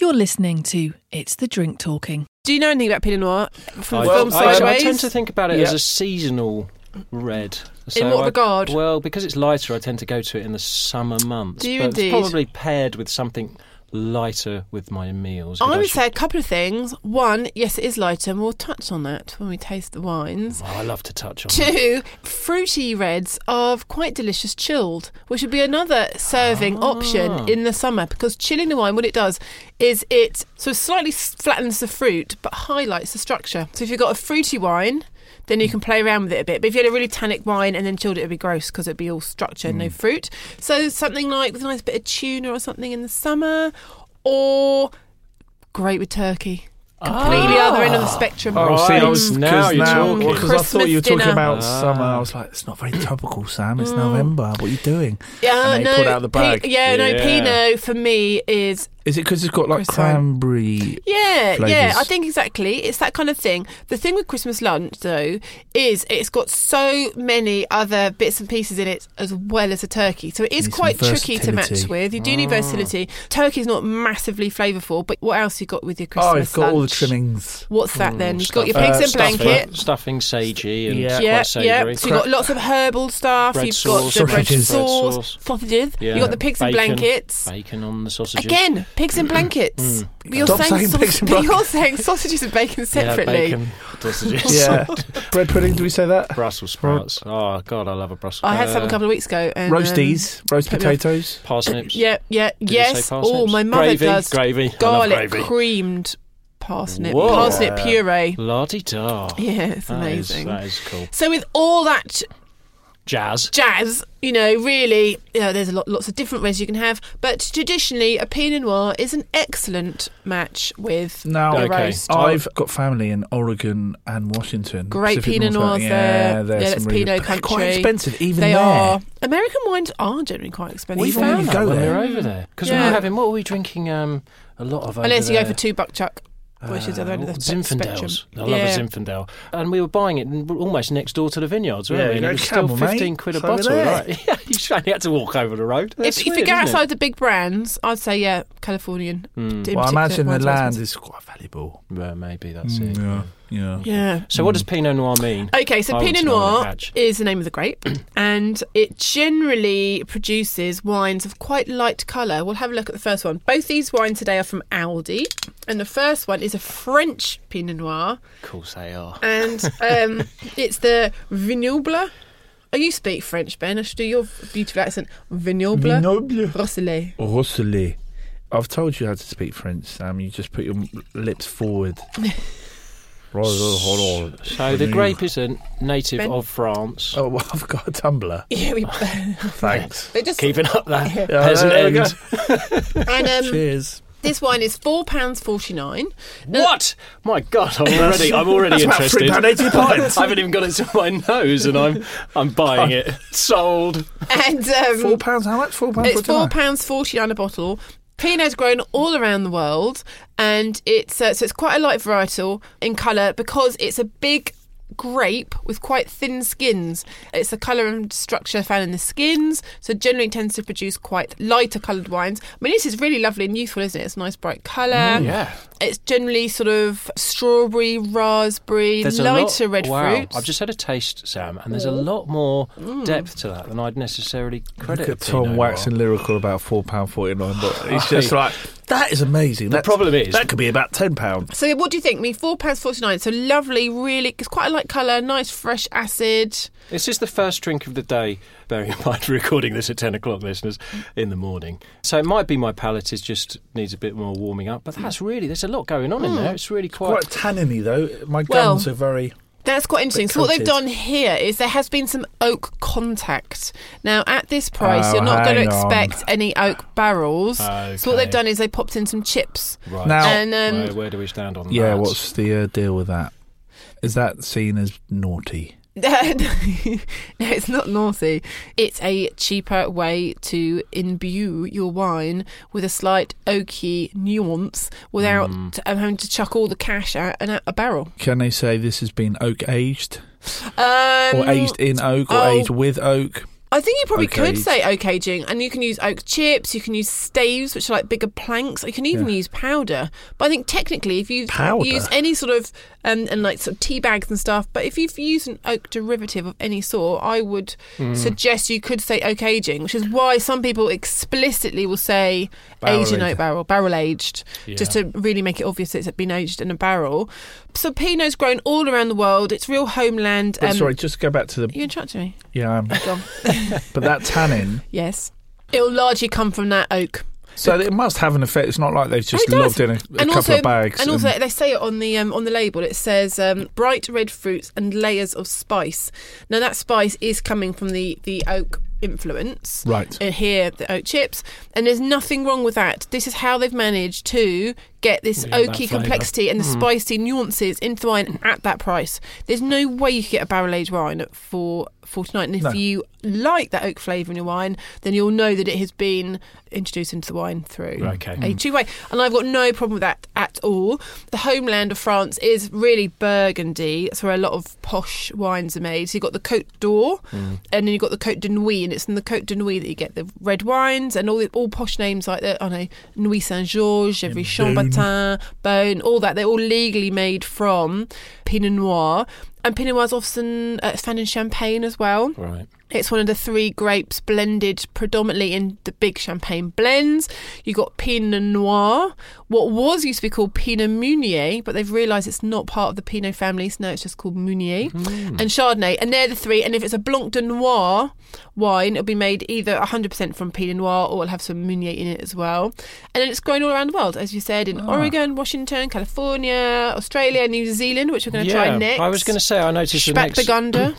Speaker 1: You're listening to It's the Drink Talking.
Speaker 4: Do you know anything about Pinot Noir from
Speaker 2: I,
Speaker 4: the film
Speaker 2: I, I
Speaker 4: Sideways?
Speaker 2: tend to think about it
Speaker 3: Yeah.
Speaker 2: as a seasonal red.
Speaker 4: what
Speaker 2: I-
Speaker 4: regard?
Speaker 2: Well, because it's lighter, I tend to go to it in the summer months.
Speaker 4: Do you
Speaker 2: but it's
Speaker 4: indeed?
Speaker 2: probably paired with something lighter with my meals?
Speaker 4: I
Speaker 2: If
Speaker 4: would
Speaker 2: should-
Speaker 4: say a couple of things. One, yes, it is lighter, and we'll touch on that when we taste the wines.
Speaker 2: Oh, I love to touch on. that.
Speaker 4: Two, fruity reds are quite delicious chilled, which would be another serving option in the summer because chilling the wine, what it does is it so slightly s- flattens the fruit but highlights the structure. So if you've got a fruity wine, then you can play around with it a bit. But if you had a really tannic wine and then chilled it, it'd be gross because it'd be all structure, no fruit. So something like with a nice bit of tuna or something in the summer, or great with turkey. Completely other end of the
Speaker 2: Ah.
Speaker 4: spectrum.
Speaker 3: Ah. Oh, see, I was
Speaker 2: Right. Now
Speaker 3: because
Speaker 2: you're
Speaker 3: now
Speaker 2: talking.
Speaker 3: because I thought you were
Speaker 4: Christmas
Speaker 3: talking
Speaker 4: dinner.
Speaker 3: about
Speaker 2: Ah.
Speaker 3: summer. I was like, it's not very topical, Sam.
Speaker 4: Mm.
Speaker 3: It's November. What are you doing?
Speaker 4: Yeah,
Speaker 3: And they
Speaker 4: no,
Speaker 3: pulled out the
Speaker 4: Pi-
Speaker 3: bag.
Speaker 4: yeah, no,
Speaker 2: Yeah.
Speaker 4: Pinot for me is
Speaker 3: Is it because it's got like
Speaker 4: Croissant.
Speaker 3: cranberry?
Speaker 4: yeah, yeah.
Speaker 3: Flavours.
Speaker 4: I think exactly. It's that kind of thing. The thing with Christmas lunch though is it's got so many other bits and pieces in it as well as a turkey, so it is
Speaker 3: Need some
Speaker 4: quite tricky to match
Speaker 3: versatility.
Speaker 4: with. You do
Speaker 2: Ah.
Speaker 4: need versatility. Turkey's not massively flavourful, but what else you got with your Christmas
Speaker 3: Oh, it's got all the
Speaker 4: lunch?
Speaker 3: trimmings.
Speaker 4: What's
Speaker 2: Mm,
Speaker 4: that then? You've got your
Speaker 3: stuff-
Speaker 4: pigs
Speaker 3: uh,
Speaker 4: in
Speaker 3: stuffing.
Speaker 4: blanket.
Speaker 2: stuffing sagey and
Speaker 3: Yeah.
Speaker 2: quite
Speaker 4: Yeah,
Speaker 2: savoury.
Speaker 4: yeah. So you've got lots of herbal stuff.
Speaker 2: Bread
Speaker 4: you've
Speaker 2: sauce,
Speaker 4: got the bread
Speaker 3: sausages.
Speaker 2: Bread
Speaker 4: sauce,
Speaker 2: sauce.
Speaker 4: sausages.
Speaker 2: Yeah.
Speaker 4: You've got the pigs in
Speaker 2: Bacon.
Speaker 4: blankets.
Speaker 2: Bacon on the sausages. Mm.
Speaker 4: Again, pigs in blankets. You're,
Speaker 3: Stop
Speaker 4: saying
Speaker 3: saying pigs in
Speaker 4: sausage- you're
Speaker 3: blankets.
Speaker 4: saying sausages and bacon separately.
Speaker 2: Yeah, bacon, sausages.
Speaker 3: Yeah, bread pudding. Do we say that?
Speaker 2: Brussels sprouts. Oh god, I love a Brussels.
Speaker 4: I had some a
Speaker 2: uh,
Speaker 4: couple of weeks ago. And, um,
Speaker 3: Roasties, roast
Speaker 4: put me off.
Speaker 3: potatoes.
Speaker 2: parsnips.
Speaker 4: yeah, yeah,
Speaker 2: Did it
Speaker 4: yes.
Speaker 2: say
Speaker 4: Oh,
Speaker 2: parsnips?
Speaker 4: my mother
Speaker 2: Gravy,
Speaker 4: does
Speaker 2: gravy. I love
Speaker 4: garlic
Speaker 2: gravy.
Speaker 4: creamed parsnip,
Speaker 2: Whoa.
Speaker 4: parsnip puree.
Speaker 2: La di da.
Speaker 4: Yeah, it's amazing.
Speaker 2: That is uh, cool.
Speaker 4: So with all that
Speaker 2: Jazz.
Speaker 4: jazz, you know, really, you know, there's a lot, lots of different ways you can have. But traditionally, a Pinot Noir is an excellent match with
Speaker 3: Now,
Speaker 4: a
Speaker 2: Okay.
Speaker 4: roast.
Speaker 3: I've got family in Oregon and Washington.
Speaker 4: Great
Speaker 3: Pacific
Speaker 4: Pinot
Speaker 3: Northwest.
Speaker 4: Noirs
Speaker 3: yeah,
Speaker 4: there.
Speaker 3: there's
Speaker 4: Yeah,
Speaker 3: some
Speaker 4: that's
Speaker 3: really,
Speaker 4: Pinot
Speaker 3: they're Quite
Speaker 4: country.
Speaker 3: expensive, even
Speaker 4: they
Speaker 3: there.
Speaker 4: are American wines are generally quite expensive.
Speaker 3: Well, even when you
Speaker 4: Found
Speaker 3: go
Speaker 2: when
Speaker 3: there.
Speaker 2: we're over there, because
Speaker 4: Yeah.
Speaker 2: we're having what are we drinking? Um, a lot of over
Speaker 4: Unless you go
Speaker 2: there. Uh,
Speaker 4: for two buck chuck, which is the other end of the spe- spectrum.
Speaker 2: Zinfandels. I love a Zinfandel. And we were buying it n- almost next door to the vineyards, weren't
Speaker 3: Yeah,
Speaker 2: we?
Speaker 3: you
Speaker 2: And
Speaker 3: go,
Speaker 2: it was still
Speaker 3: "Come on, mate,
Speaker 2: 15 quid a
Speaker 3: it's over
Speaker 2: bottle,
Speaker 3: there."
Speaker 2: right? Yeah, you only had to walk over the road. That's
Speaker 4: If, if you
Speaker 2: weird,
Speaker 4: go
Speaker 2: isn't it?
Speaker 4: outside the big brands, I'd say yeah, Californian.
Speaker 2: Hmm.
Speaker 4: in
Speaker 3: Well, I
Speaker 4: particular,
Speaker 3: imagine the
Speaker 4: wines are
Speaker 3: land
Speaker 4: expensive.
Speaker 3: is quite valuable.
Speaker 2: Well, maybe that's it.
Speaker 3: Mm, Yeah, yeah.
Speaker 4: Yeah.
Speaker 2: So, what does Pinot Noir mean?
Speaker 4: Okay, so
Speaker 2: I want
Speaker 4: Pinot
Speaker 2: to know the
Speaker 4: Noir
Speaker 2: patch.
Speaker 4: is the name of the grape, and it generally produces wines of quite light colour. We'll have a look at the first one. Both these wines today are from Aldi, and the first one is a French Pinot Noir,
Speaker 2: Of course they are.
Speaker 4: and um, it's the Vignoble. Oh, you speak French, Ben. I should do your beautiful accent. Vignoble.
Speaker 3: Vignoble.
Speaker 4: Rosselet.
Speaker 3: Rosselet. I've told you how to speak French, Sam. You just put your m- lips forward. Rosselet.
Speaker 2: So, the grape is a native
Speaker 4: Ben?
Speaker 2: of France.
Speaker 3: Oh, well, I've got a tumbler.
Speaker 4: Yeah, we,
Speaker 3: Thanks.
Speaker 4: they just
Speaker 2: Keeping up that
Speaker 3: Yeah,
Speaker 2: peasant
Speaker 3: there we go.
Speaker 2: end.
Speaker 4: and um,
Speaker 3: Cheers.
Speaker 4: this wine is four pounds forty nine.
Speaker 2: What? My God! I'm already, I'm already
Speaker 3: That's about
Speaker 2: interested.
Speaker 3: £3.80.
Speaker 2: I haven't even got it to my nose, and I'm, I'm buying it. Sold.
Speaker 4: And um,
Speaker 3: Four pounds. How much? Four pounds.
Speaker 4: It's four pounds forty nine a bottle. Pinot's grown all around the world, and it's uh, so it's quite a light varietal in colour because it's a big grape with quite thin skins. It's the colour and structure found in the skins, so generally tends to produce quite lighter coloured wines. I mean, this is really lovely and youthful, isn't it? It's a nice bright colour.
Speaker 3: Mm,
Speaker 4: yeah. It's generally sort of strawberry, raspberry,
Speaker 2: There's a
Speaker 4: lighter
Speaker 2: lot-
Speaker 4: red
Speaker 2: wow,
Speaker 4: fruits.
Speaker 2: I've just had a taste, Sam, and there's a lot more depth to that than I'd necessarily credit.
Speaker 3: Look at
Speaker 2: a Pinot
Speaker 3: Tom
Speaker 2: Noir.
Speaker 3: waxing lyrical about four pound forty nine, but he's just like that is amazing. The
Speaker 2: problem is-
Speaker 3: that could be about ten pounds.
Speaker 4: So what do you think? I mean, four pounds forty nine. So lovely, really. It's quite a light colour, nice fresh acid.
Speaker 2: This is the first drink of the day. Bearing in mind, we're recording this at ten o'clock, listeners, in the morning. So it might be my palate is just needs a bit more warming up. But that's really there's a lot going on in there. It's really
Speaker 3: Quite
Speaker 2: quite.
Speaker 3: tanniny though. My
Speaker 4: Well-
Speaker 3: gums are very.
Speaker 4: That's quite interesting. So what they've
Speaker 3: coated.
Speaker 4: done here is there has been some oak contact. Now at this price,
Speaker 3: Oh,
Speaker 4: you're not going
Speaker 3: hang
Speaker 4: to
Speaker 3: on.
Speaker 4: expect any oak barrels. So what
Speaker 2: Okay.
Speaker 4: they've done is they popped in some chips.
Speaker 2: Right.
Speaker 3: Now-
Speaker 4: And, um,
Speaker 2: where, where do we stand on that?
Speaker 3: Yeah. What's the uh, deal with that? Is that seen as naughty?
Speaker 4: no, it's not naughty. It's a cheaper way to imbue your wine with a slight oaky nuance without um, having to chuck all the cash out and out a barrel.
Speaker 3: Can they say this has been oak aged
Speaker 4: Um,
Speaker 3: or aged in oak or
Speaker 4: oh.
Speaker 3: aged with oak?
Speaker 4: I think you probably
Speaker 3: Okay.
Speaker 4: could say okay jing, and you can use oak chips. You can use staves, which are like bigger planks. You can even use powder. But I think technically, if you
Speaker 3: Powder?
Speaker 4: use any sort of um, and like sort of tea bags and stuff, but if you've used an oak derivative of any sort, I would
Speaker 3: Hmm.
Speaker 4: suggest you could say oak aging, which is why some people explicitly will say
Speaker 3: Barrel
Speaker 4: aged in
Speaker 3: aged.
Speaker 4: oak barrel, barrel aged, just
Speaker 2: Yeah.
Speaker 4: to really make it obvious it's been aged in a barrel. So Pinot's grown all around the world. It's real homeland. Um,
Speaker 3: But sorry, just go back to the
Speaker 4: you interrupted me.
Speaker 3: yeah. um,
Speaker 4: Go on.
Speaker 3: but that tannin,
Speaker 4: Yes. It'll largely come from that oak.
Speaker 3: so it must have an effect. It's not like they've just
Speaker 4: Oh, It does.
Speaker 3: lobbed in a, a couple
Speaker 4: also,
Speaker 3: of bags.
Speaker 4: And also, they say it on the um, on the label. It says um, bright red fruits and layers of spice. Now that spice is coming from the the oak influence.
Speaker 3: Right.
Speaker 4: And uh, here the oak chips, and there's nothing wrong with that. This is how they've managed to get this
Speaker 2: Yeah, that
Speaker 4: oaky
Speaker 2: flavour. Mm.
Speaker 4: complexity and the spicy nuances into the wine at that price. There's no way you could get a barrel aged wine for forty nine. And if
Speaker 3: No.
Speaker 4: you like that oak flavour in your wine, then you'll know that it has been introduced into the wine through
Speaker 2: Okay. Mm.
Speaker 4: a two way. And I've got no problem with that at all. The homeland of France is really Burgundy. That's where a lot of posh wines are made. So you've got the Côte d'Or and then you've got the Côte de Nuit. And it's in the Côte de Nuit that you get the red wines and all the, all posh names like the, I know, Nuit Saint Georges, every Chambertin, Beaune, all that. They're all legally made from Pinot Noir. And Pinot Noir is often uh, found in Champagne as well.
Speaker 2: Right.
Speaker 4: It's one of the three grapes blended predominantly in the big champagne blends. You've got Pinot Noir, what was used to be called Pinot Meunier, but they've realised it's not part of the Pinot family, so now it's just called Meunier.
Speaker 2: Mm-hmm.
Speaker 4: And Chardonnay, and they're the three. And if it's a Blanc de Noir wine, it'll be made either 100% from Pinot Noir or it'll have some Meunier in it as well. And then it's grown all around the world, as you said,
Speaker 2: Ah.
Speaker 4: in Oregon, Washington, California, Australia, New Zealand, which we're going to try next.
Speaker 2: I was going to say I noticed the next
Speaker 4: Spätburgunder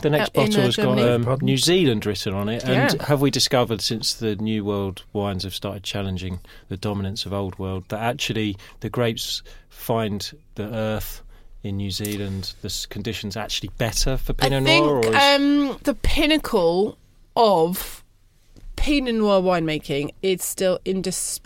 Speaker 2: the next
Speaker 4: out in,
Speaker 2: bottle
Speaker 4: uh,
Speaker 2: has got
Speaker 4: Germany.
Speaker 2: um, New Zealand written on it. And
Speaker 4: Yeah.
Speaker 2: have we discovered since the New World wines have started challenging the dominance of Old World that actually the grapes find the earth in New Zealand, the s- conditions actually better for Pinot
Speaker 4: I think
Speaker 2: Noir? Or is,
Speaker 4: um, the pinnacle of Pinot Noir winemaking is still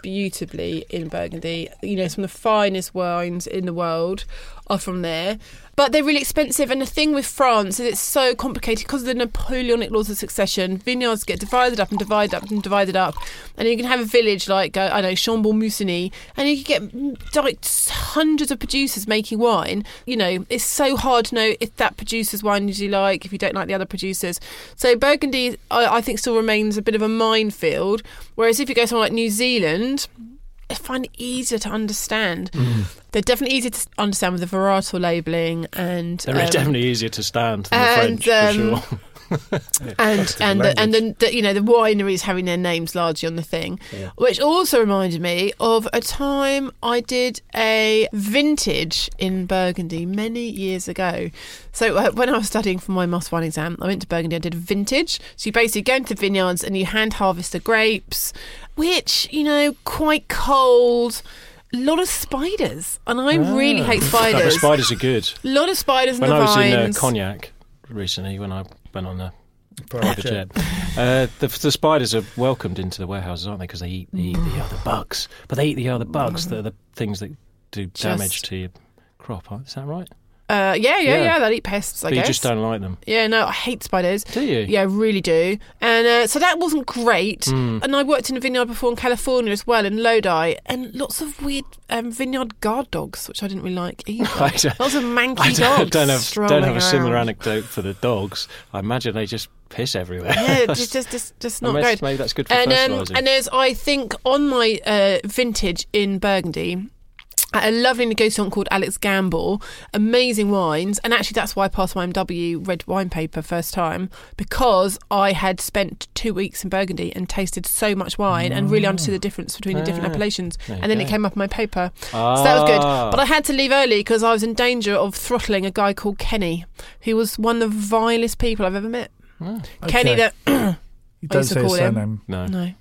Speaker 4: indisputably in Burgundy. You know, some of the finest wines in the world are from there. But they're really expensive, and the thing with France is it's so complicated because of the Napoleonic laws of succession. Vineyards get divided up and divided up and divided up, and you can have a village like uh, I know Chambon Musigny, and you can get like hundreds of producers making wine. You know, it's so hard to know if that producer's wine is you like, if you don't like the other producers. So Burgundy, I, I think, still remains a bit of a minefield. Whereas if you go somewhere like New Zealand, I find it easier to understand. They're definitely easier to understand with the varietal labelling and
Speaker 2: they're
Speaker 4: um,
Speaker 2: definitely easier to stand than
Speaker 4: and,
Speaker 2: the French
Speaker 4: um,
Speaker 2: for sure.
Speaker 4: and and the, and then the, you know the wineries having their names largely on the thing, which also reminded me of a time I did a vintage in Burgundy many years ago. So uh, when I was studying for my master wine exam, I went to Burgundy and did vintage. So you basically go into the vineyards and you hand harvest the grapes, which you know quite cold. A lot of spiders, and I really hate
Speaker 2: No, but
Speaker 4: spiders. A
Speaker 2: spiders are good.
Speaker 4: lot of spiders in
Speaker 2: when
Speaker 4: the
Speaker 2: I was in
Speaker 4: vines.
Speaker 2: uh, Cognac recently, when I went on a private jet, uh, the, the spiders are welcomed into the warehouses, aren't they? Because they eat, they eat the other bugs, but they eat the other bugs that are the things that do damage
Speaker 4: Just-
Speaker 2: to your crop. aren't- Is that right?
Speaker 4: Uh, yeah, yeah, yeah,
Speaker 2: Yeah.
Speaker 4: They eat pests. I
Speaker 2: but
Speaker 4: guess
Speaker 2: you just don't like them.
Speaker 4: Yeah, no, I hate spiders.
Speaker 2: Do you?
Speaker 4: Yeah, I really do. And uh, so that wasn't great.
Speaker 2: Mm. Hmm.
Speaker 4: And I worked in a vineyard before in California as well, in Lodi, and lots of weird um, vineyard guard dogs, which I didn't really like either.
Speaker 2: I don't-
Speaker 4: lots of manky
Speaker 2: I
Speaker 4: dogs.
Speaker 2: don't, don't have
Speaker 4: strolling
Speaker 2: don't have a similar
Speaker 4: around.
Speaker 2: anecdote for the dogs. I imagine they just piss everywhere.
Speaker 4: Yeah,
Speaker 2: That's-
Speaker 4: just, just, just, just not
Speaker 2: unless-
Speaker 4: good.
Speaker 2: Maybe that's good for
Speaker 4: and um,
Speaker 2: fertilising.
Speaker 4: and there's I think on my uh, vintage in Burgundy. A lovely negotiant called Alex Gamble, amazing wines, and actually that's why I passed my MW red wine paper first time because I had spent two weeks in Burgundy and tasted so much wine and really understood the difference between the different
Speaker 2: Ah.
Speaker 4: appellations,
Speaker 2: There you
Speaker 4: and then it
Speaker 2: go.
Speaker 4: came up in my paper, so that was good.
Speaker 2: Ah.
Speaker 4: But I had to leave early because I was in danger of throttling a guy called Kenny, who was one of the vilest people I've ever met. Kenny,
Speaker 3: Okay.
Speaker 4: that
Speaker 3: you
Speaker 4: I
Speaker 3: don't
Speaker 4: used to
Speaker 3: say his
Speaker 4: call him.
Speaker 3: surname.
Speaker 2: no.
Speaker 4: no.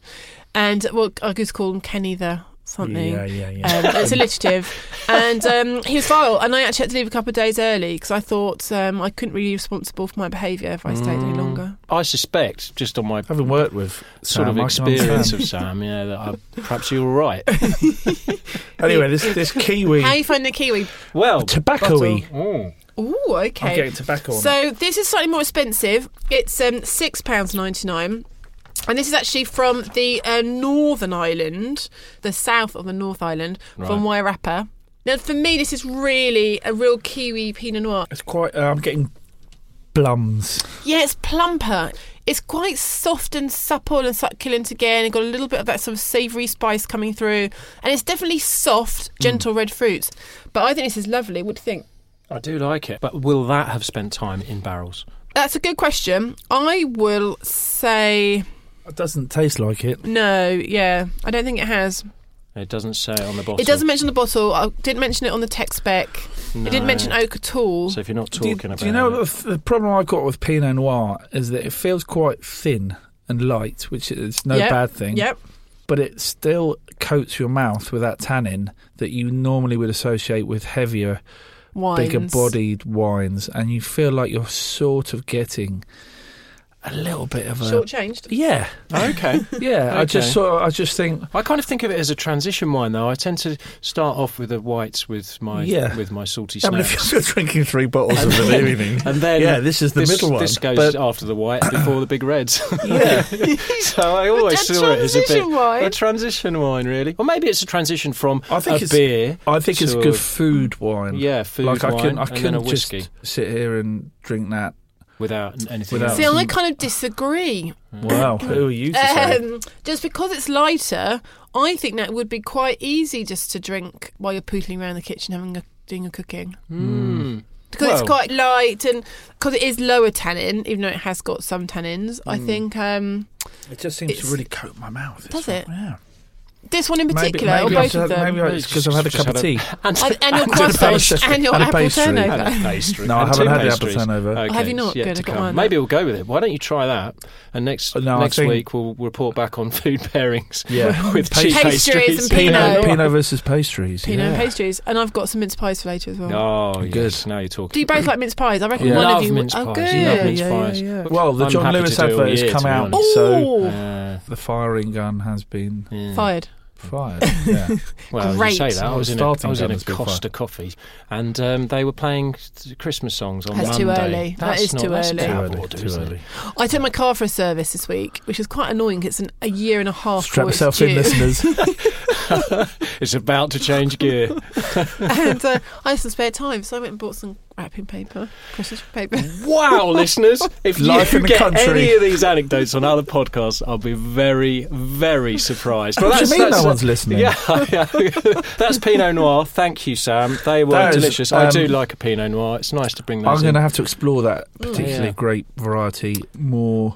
Speaker 4: And well, I just call him Kenny the something.
Speaker 3: Yeah, yeah, yeah.
Speaker 4: Um, it's alliterative. and um, he was vile. And I actually had to leave a couple of days early because I thought um, I couldn't really be responsible for my behaviour if I stayed
Speaker 3: Mm.
Speaker 4: any longer.
Speaker 2: I suspect, just on my
Speaker 3: Having worked with
Speaker 2: sort of
Speaker 3: Sam, I can understand.
Speaker 2: experience of Sam, yeah, that I, perhaps you were right.
Speaker 3: Anyway, this this kiwi
Speaker 4: How you find the kiwi?
Speaker 2: Well, oh.
Speaker 3: tobacco-y.
Speaker 4: Ooh, okay.
Speaker 3: I'm getting tobacco on. it.
Speaker 4: So this is slightly more expensive. It's um, six pounds ninety nine. And this is actually from the uh, Northern Island, the south of the North Island, from Wairapa. Now, for me, this is really a real Kiwi Pinot Noir.
Speaker 3: It's quite. Uh, I'm getting blums.
Speaker 4: Yeah, it's plumper. It's quite soft and supple and succulent again. It got a little bit of that sort of savoury spice coming through, and it's definitely soft, gentle red fruits. But I think this is lovely. What do you think?
Speaker 2: I do like it, but will that have spent time in barrels?
Speaker 4: That's a good question. I will say
Speaker 3: It doesn't taste like it.
Speaker 4: no. Yeah, I don't think it has.
Speaker 2: It doesn't say it on the bottle.
Speaker 4: It doesn't mention the bottle. I didn't mention it on the tech spec. It
Speaker 2: No.
Speaker 4: didn't mention oak at all.
Speaker 2: So if you're not
Speaker 3: do
Speaker 2: talking
Speaker 3: you,
Speaker 2: about,
Speaker 3: do you know
Speaker 2: it-
Speaker 3: what the, the problem I've got with Pinot Noir is that it feels quite thin and light, which is no
Speaker 4: Yep,
Speaker 3: bad thing.
Speaker 4: Yep.
Speaker 3: But it still coats your mouth with that tannin that you normally would associate with heavier,
Speaker 4: Wines.
Speaker 3: bigger bodied wines, and you feel like you're sort of getting a little bit of a
Speaker 4: Shortchanged.
Speaker 3: yeah,
Speaker 2: okay.
Speaker 3: yeah. I
Speaker 2: Okay.
Speaker 3: just sort of, I just think
Speaker 2: I kind of think of it as a transition wine, though. I tend to start off with a white with my
Speaker 3: Yeah.
Speaker 2: with my salty
Speaker 3: I mean, if
Speaker 2: snacks.
Speaker 3: you're drinking three bottles of an evening,
Speaker 2: And then
Speaker 3: yeah, this is the
Speaker 2: this-
Speaker 3: middle one.
Speaker 2: This goes
Speaker 3: But-
Speaker 2: after the white before the big reds.
Speaker 3: yeah,
Speaker 2: so I always
Speaker 4: a
Speaker 2: saw it as a bit
Speaker 4: transition wine.
Speaker 2: a transition wine, really. Or maybe it's a transition from
Speaker 3: I think
Speaker 2: a
Speaker 3: it's
Speaker 2: beer.
Speaker 3: I think it's
Speaker 2: to
Speaker 3: good
Speaker 2: a-
Speaker 3: food wine.
Speaker 2: Yeah, food
Speaker 3: like I
Speaker 2: wine
Speaker 3: can I
Speaker 2: and then
Speaker 3: can
Speaker 2: a
Speaker 3: just
Speaker 2: whiskey
Speaker 3: sit here and drink that.
Speaker 2: without n- anything.
Speaker 3: Without-
Speaker 2: else.
Speaker 4: See, I kind of disagree.
Speaker 3: Wow, who are you to say?
Speaker 4: Um, just because it's lighter, I think that would be quite easy just to drink while you're pootling around the kitchen having a doing a cooking.
Speaker 2: Mm.
Speaker 4: Because
Speaker 2: Well-
Speaker 4: it's quite light and because it is lower tannin, even though it has got some tannins.
Speaker 3: Hmm.
Speaker 4: I think um,
Speaker 3: It just seems to
Speaker 4: it's-
Speaker 3: really coat my mouth.
Speaker 4: Does
Speaker 3: It's-
Speaker 4: it?
Speaker 3: Yeah.
Speaker 4: this one in particular,
Speaker 3: maybe,
Speaker 4: or
Speaker 3: I've
Speaker 4: both of
Speaker 3: had-
Speaker 4: them.
Speaker 3: maybe I- it's because I've had a
Speaker 2: Just
Speaker 3: cup of tea.
Speaker 2: and,
Speaker 4: And- and your
Speaker 2: a
Speaker 4: croissant
Speaker 2: pastry.
Speaker 4: and your
Speaker 3: And a
Speaker 4: apple
Speaker 3: pastry.
Speaker 4: turnover.
Speaker 2: And a pastry.
Speaker 3: No, I
Speaker 2: And
Speaker 3: haven't
Speaker 2: two
Speaker 3: had the
Speaker 2: pastries.
Speaker 3: apple turnover.
Speaker 2: Okay,
Speaker 4: Have you not?
Speaker 2: it's yet
Speaker 4: Good,
Speaker 2: to
Speaker 4: I've got
Speaker 2: come.
Speaker 4: mine now.
Speaker 2: Maybe we'll go with it. Why don't you try that? And next
Speaker 3: Uh, No, I
Speaker 2: next
Speaker 3: think-
Speaker 2: week we'll report back on food pairings.
Speaker 3: Yeah.
Speaker 2: with
Speaker 3: Pastries
Speaker 2: cheese pastries
Speaker 4: and
Speaker 3: Pinot,
Speaker 4: Pinot.
Speaker 3: Pinot versus pastries.
Speaker 4: Pinot and
Speaker 3: yeah.
Speaker 4: pastries, and I've got some mince pies for later as well.
Speaker 2: Oh,
Speaker 3: Good.
Speaker 2: yes. Now you're talking.
Speaker 4: Do you both like mince pies? I reckon
Speaker 3: Yeah.
Speaker 4: one
Speaker 2: love
Speaker 4: of you.
Speaker 2: mince
Speaker 4: oh,
Speaker 2: pies.
Speaker 4: good.
Speaker 2: Love
Speaker 3: Yeah,
Speaker 2: mince
Speaker 3: yeah,
Speaker 2: pies.
Speaker 3: yeah, yeah. Well, the John
Speaker 2: happy
Speaker 3: Lewis
Speaker 2: to do
Speaker 3: advert
Speaker 2: all
Speaker 3: has
Speaker 2: year,
Speaker 3: come
Speaker 2: to be
Speaker 3: out.
Speaker 2: honest.
Speaker 3: So-
Speaker 4: Oh,
Speaker 2: Uh,
Speaker 3: The firing gun has been
Speaker 2: yeah.
Speaker 4: fired.
Speaker 3: fired. Yeah.
Speaker 2: Well,
Speaker 4: Great.
Speaker 2: you say that. I was in a,
Speaker 3: Starting
Speaker 2: I was in
Speaker 3: gun
Speaker 2: a
Speaker 3: has been
Speaker 2: Costa Coffee, and um, they were playing th- Christmas songs on
Speaker 4: That's too
Speaker 2: Monday.
Speaker 4: early. That
Speaker 2: That's
Speaker 4: is
Speaker 2: not,
Speaker 4: too
Speaker 2: that's
Speaker 4: early.
Speaker 3: Too
Speaker 2: cowboy,
Speaker 3: early. Too
Speaker 2: isn't it?
Speaker 3: early.
Speaker 4: I took my car for a service this week, which is quite annoying. 'cause It's an, a year and a half.
Speaker 3: Strap
Speaker 4: before it's
Speaker 3: yourself in,
Speaker 4: due.
Speaker 3: listeners.
Speaker 2: It's about to change gear.
Speaker 4: and uh, I had some spare time, so I went and bought some wrapping paper, Christmas paper.
Speaker 2: Wow, listeners! If
Speaker 3: Life
Speaker 2: you
Speaker 3: in the
Speaker 2: get
Speaker 3: country.
Speaker 2: any of these anecdotes on other podcasts, I'll be very, very surprised. Well,
Speaker 3: What do you
Speaker 2: that's-
Speaker 3: mean
Speaker 2: that's-
Speaker 3: no one's listening?
Speaker 2: Yeah, yeah. that's Pinot Noir. Thank you, Sam. They were
Speaker 3: That is,
Speaker 2: delicious. I
Speaker 3: um,
Speaker 2: do like a Pinot Noir. It's nice to bring
Speaker 3: I'm
Speaker 2: those
Speaker 3: going
Speaker 2: in.
Speaker 3: to have to explore that particularly
Speaker 2: Yeah.
Speaker 3: great variety more.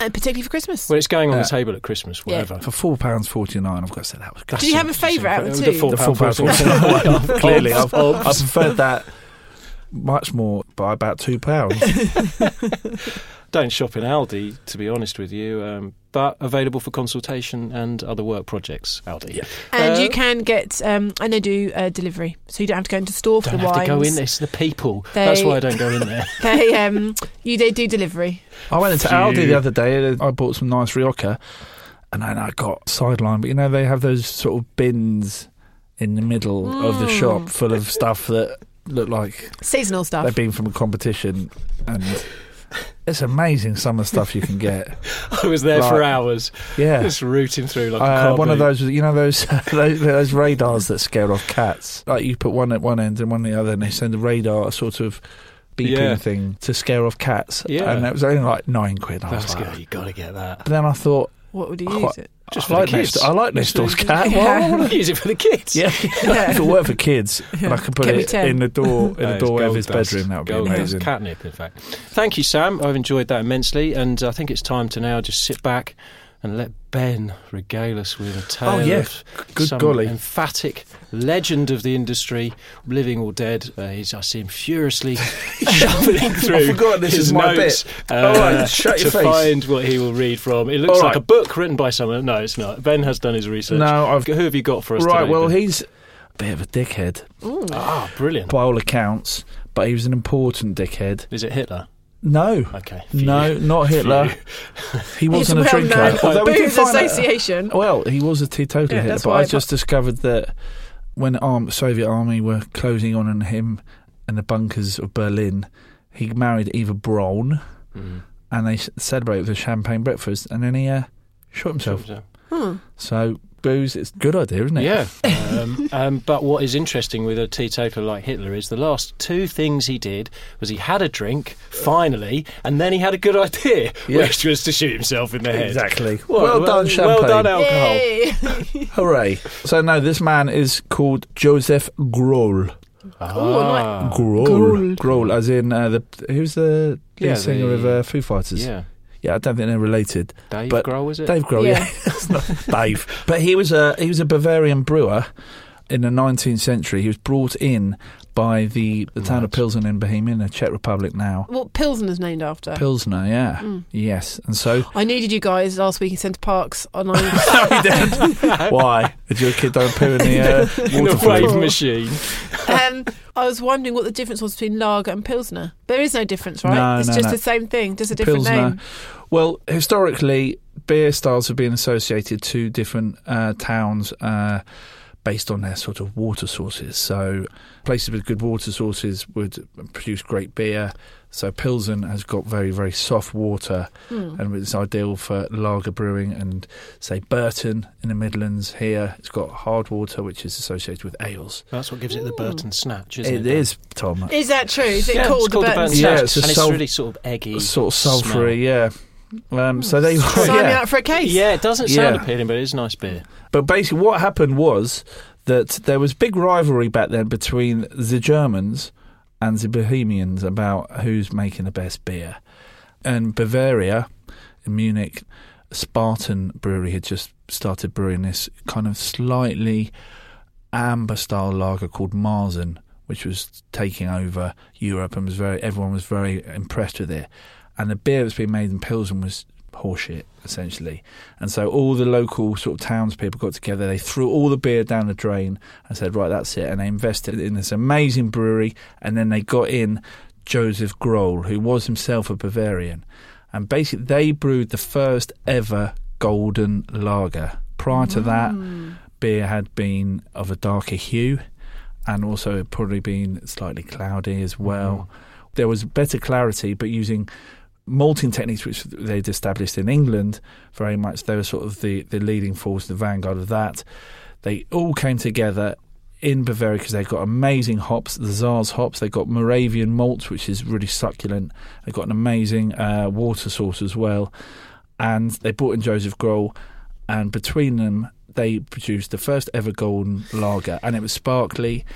Speaker 4: and particularly for Christmas.
Speaker 2: Well, it's going on
Speaker 3: Yeah.
Speaker 2: the table at Christmas,
Speaker 4: Yeah.
Speaker 2: whatever.
Speaker 3: For four pounds forty nine, I've got to say that was good.
Speaker 4: Do you have a favourite out of the two?
Speaker 3: The four pounds forty nine. Clearly, I've, I've preferred that much more by about two pounds.
Speaker 2: Don't shop in Aldi, to be honest with you, um, but available for consultation and other work projects, Aldi.
Speaker 4: and
Speaker 2: Uh,
Speaker 4: you can get, um, and they do uh, delivery, so you don't have to go into store for
Speaker 2: Don't
Speaker 4: the
Speaker 2: have
Speaker 4: wines.
Speaker 2: to go in there. It's the people. That's
Speaker 4: They-
Speaker 2: why I don't go in there.
Speaker 4: They, um, you, they do delivery.
Speaker 3: I went into
Speaker 2: Phew.
Speaker 3: Aldi the other day. and I bought some nice Rioja, and then I got sidelined. But you know, they have those sort of bins in the middle of the shop full of stuff that look like
Speaker 4: Seasonal
Speaker 3: they've
Speaker 4: stuff.
Speaker 3: been from a competition, and it's amazing some of the stuff you can get.
Speaker 2: I was there for
Speaker 3: Right.
Speaker 2: hours,
Speaker 3: Yeah.
Speaker 2: just rooting through like a
Speaker 3: I had
Speaker 2: car
Speaker 3: Uh, one of
Speaker 2: boot.
Speaker 3: those, you know, those, those those radars that scare off cats. Like you put one at one end and one at the other, and they send a radar a sort of beeping
Speaker 2: Yeah.
Speaker 3: thing to scare off cats.
Speaker 2: Yeah.
Speaker 3: and it was only like nine quid. I was
Speaker 2: That's
Speaker 3: like-
Speaker 2: good. You got to get that.
Speaker 3: But then I thought,
Speaker 4: What would you
Speaker 3: Quite-
Speaker 4: use it?
Speaker 2: Just
Speaker 3: I
Speaker 2: for
Speaker 3: like
Speaker 2: the kids.
Speaker 3: next, I like next door's cat. Well, I wanna-
Speaker 2: Oh, Use it for the kids.
Speaker 3: yeah, if it weren't for kids, and I could put
Speaker 4: Get me
Speaker 3: it
Speaker 4: 10.
Speaker 3: in the door in
Speaker 2: No,
Speaker 3: the
Speaker 2: it's
Speaker 3: doorway of
Speaker 2: gold
Speaker 3: his
Speaker 2: dust.
Speaker 3: bedroom. That would be
Speaker 2: Gold dust.
Speaker 3: amazing.
Speaker 2: Catnip, in fact. Thank you, Sam. I've enjoyed that immensely, and I think it's time to now just sit back and let Ben regale us with a tale.
Speaker 3: Oh, yeah.
Speaker 2: of
Speaker 3: Good
Speaker 2: some
Speaker 3: golly.
Speaker 2: emphatic legend of the industry, living or dead. Uh, he's, I see him furiously shuffling through.
Speaker 3: forgot this
Speaker 2: his
Speaker 3: is my
Speaker 2: notes, uh,
Speaker 3: bit. All right, shut
Speaker 2: to
Speaker 3: your face.
Speaker 2: find what he will read from. It looks
Speaker 3: All
Speaker 2: like
Speaker 3: right.
Speaker 2: a book written by someone. No, it's not. Ben has done his research.
Speaker 3: No, I've-
Speaker 2: Who have you got for us?
Speaker 3: Right,
Speaker 2: today,
Speaker 3: well,
Speaker 2: ben?
Speaker 3: he's a bit of a dickhead
Speaker 2: ah, brilliant.
Speaker 3: by all accounts, but he was an important dickhead.
Speaker 2: Is it Hitler?
Speaker 3: No,
Speaker 2: Okay.
Speaker 3: no,
Speaker 2: phew.
Speaker 3: not Hitler. He
Speaker 4: It's
Speaker 3: wasn't a
Speaker 4: well
Speaker 3: drinker.
Speaker 4: known.
Speaker 3: Although we did
Speaker 4: Booze
Speaker 3: find out-
Speaker 4: Association.
Speaker 3: well, he was a teetotaler
Speaker 4: Yeah,
Speaker 3: Hitler,
Speaker 4: that's
Speaker 3: but
Speaker 4: why
Speaker 3: I
Speaker 4: I-
Speaker 3: just discovered that when arm, Soviet army were closing on on him and the bunkers of Berlin, he married Eva Braun, and they s- celebrated with a champagne breakfast, and then he uh, shot himself. So booze, it's a good idea, isn't it?
Speaker 2: Yeah. um, um, but what is interesting with a teetotaler like Hitler is the last two things he did was he had a drink, finally, and then he had a good idea,
Speaker 3: Yeah.
Speaker 2: which was to shoot himself in the head.
Speaker 3: Exactly. Well
Speaker 2: Well
Speaker 3: done, champagne.
Speaker 2: done, alcohol.
Speaker 4: Yay.
Speaker 3: Hooray. So no, this man is called Joseph Grohl.
Speaker 2: Ah.
Speaker 3: Grohl. Grohl, as in uh, the who's the lead
Speaker 2: Yeah,
Speaker 3: singer
Speaker 2: the-
Speaker 3: of uh, Foo Fighters?
Speaker 2: Yeah.
Speaker 3: Yeah, I don't think they're related.
Speaker 2: Dave
Speaker 3: but
Speaker 2: Grohl, is it?
Speaker 3: Dave Grohl, yeah. It's not Dave. But he was a he was a Bavarian brewer in the 19th century. He was brought in by the, the town of Pilsen in Bohemia, in the Czech Republic now.
Speaker 4: well, Pilsen is named after.
Speaker 3: Pilsner, yeah.
Speaker 2: Mm.
Speaker 3: Yes. And so
Speaker 4: I needed you guys last week in Centre Parks, and I
Speaker 3: why? Did your kid don't poo in the uh,
Speaker 2: In
Speaker 3: water
Speaker 2: a
Speaker 3: fountain?
Speaker 2: wave machine.
Speaker 4: um, I was wondering what the difference was between lager and pilsner. There is no difference, right?
Speaker 3: No,
Speaker 4: it's
Speaker 3: no,
Speaker 4: just
Speaker 3: no.
Speaker 4: the same thing, just a different
Speaker 3: Pilsner.
Speaker 4: name.
Speaker 3: Well, historically, beer styles have been associated to different uh, towns uh, based on their sort of water sources. So, places with good water sources would produce great beer. So, Pilsen has got very, very soft water and it's ideal for lager brewing. And, say, Burton in the Midlands here, it's got hard water, which is associated with ales.
Speaker 2: That's what gives it the Burton snatch, isn't it?
Speaker 3: It is, Tom.
Speaker 4: Is that true? Is it
Speaker 2: Yeah,
Speaker 4: called,
Speaker 2: it's called the Burton
Speaker 4: Burton?
Speaker 3: Yeah,
Speaker 2: snatch,
Speaker 3: it's a
Speaker 2: and it's
Speaker 3: sulf-
Speaker 2: really sort of eggy,
Speaker 3: sort of
Speaker 2: smell.
Speaker 3: sulphury, yeah. Um, so they
Speaker 4: Sign
Speaker 3: yeah.
Speaker 4: me up for a case.
Speaker 2: Yeah, it doesn't sound
Speaker 3: Yeah.
Speaker 2: appealing, but it is a nice beer.
Speaker 3: But basically, what happened was that there was big rivalry back then between the Germans and the Bohemians about who's making the best beer. And Bavaria, in Munich, Spartan Brewery had just started brewing this kind of slightly amber style lager called Marzen, which was taking over Europe and was very everyone was very impressed with it. And the beer that's being made in Pilsen was horseshit, essentially. And so all the local sort of townspeople got together, they threw all the beer down the drain and said, Right, that's it and they invested in this amazing brewery and then they got in Joseph Grohl, who was himself a Bavarian. And basically they brewed the first ever golden lager. Prior to that, beer had been of a darker hue and also it probably been slightly cloudy as well. There was better clarity, but using malting techniques which they'd established in England very much, they were sort of the, the leading force, the vanguard of that. They all came together in Bavaria because they've got amazing hops, the Tsar's hops. They've got Moravian malt, which is really succulent. They've got an amazing uh, water source as well. And they brought in Joseph Grohl, and between them, they produced the first ever golden lager, and it was sparkly.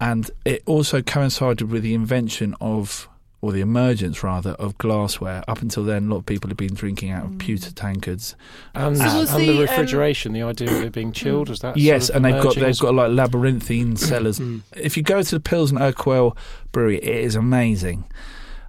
Speaker 3: And it also coincided with the invention of, or the emergence rather, of glassware. Up until then, a lot of people had been drinking out of pewter tankards.
Speaker 2: And,
Speaker 4: So was
Speaker 2: and the,
Speaker 4: the, um,
Speaker 2: refrigeration, the idea of it being chilled, is that
Speaker 3: Yes,
Speaker 2: sort of
Speaker 3: and they've got
Speaker 2: emerging Mm.
Speaker 3: they've
Speaker 2: as-
Speaker 3: got like labyrinthine cellars. If you go to the Pilsen Urquell brewery, it is amazing,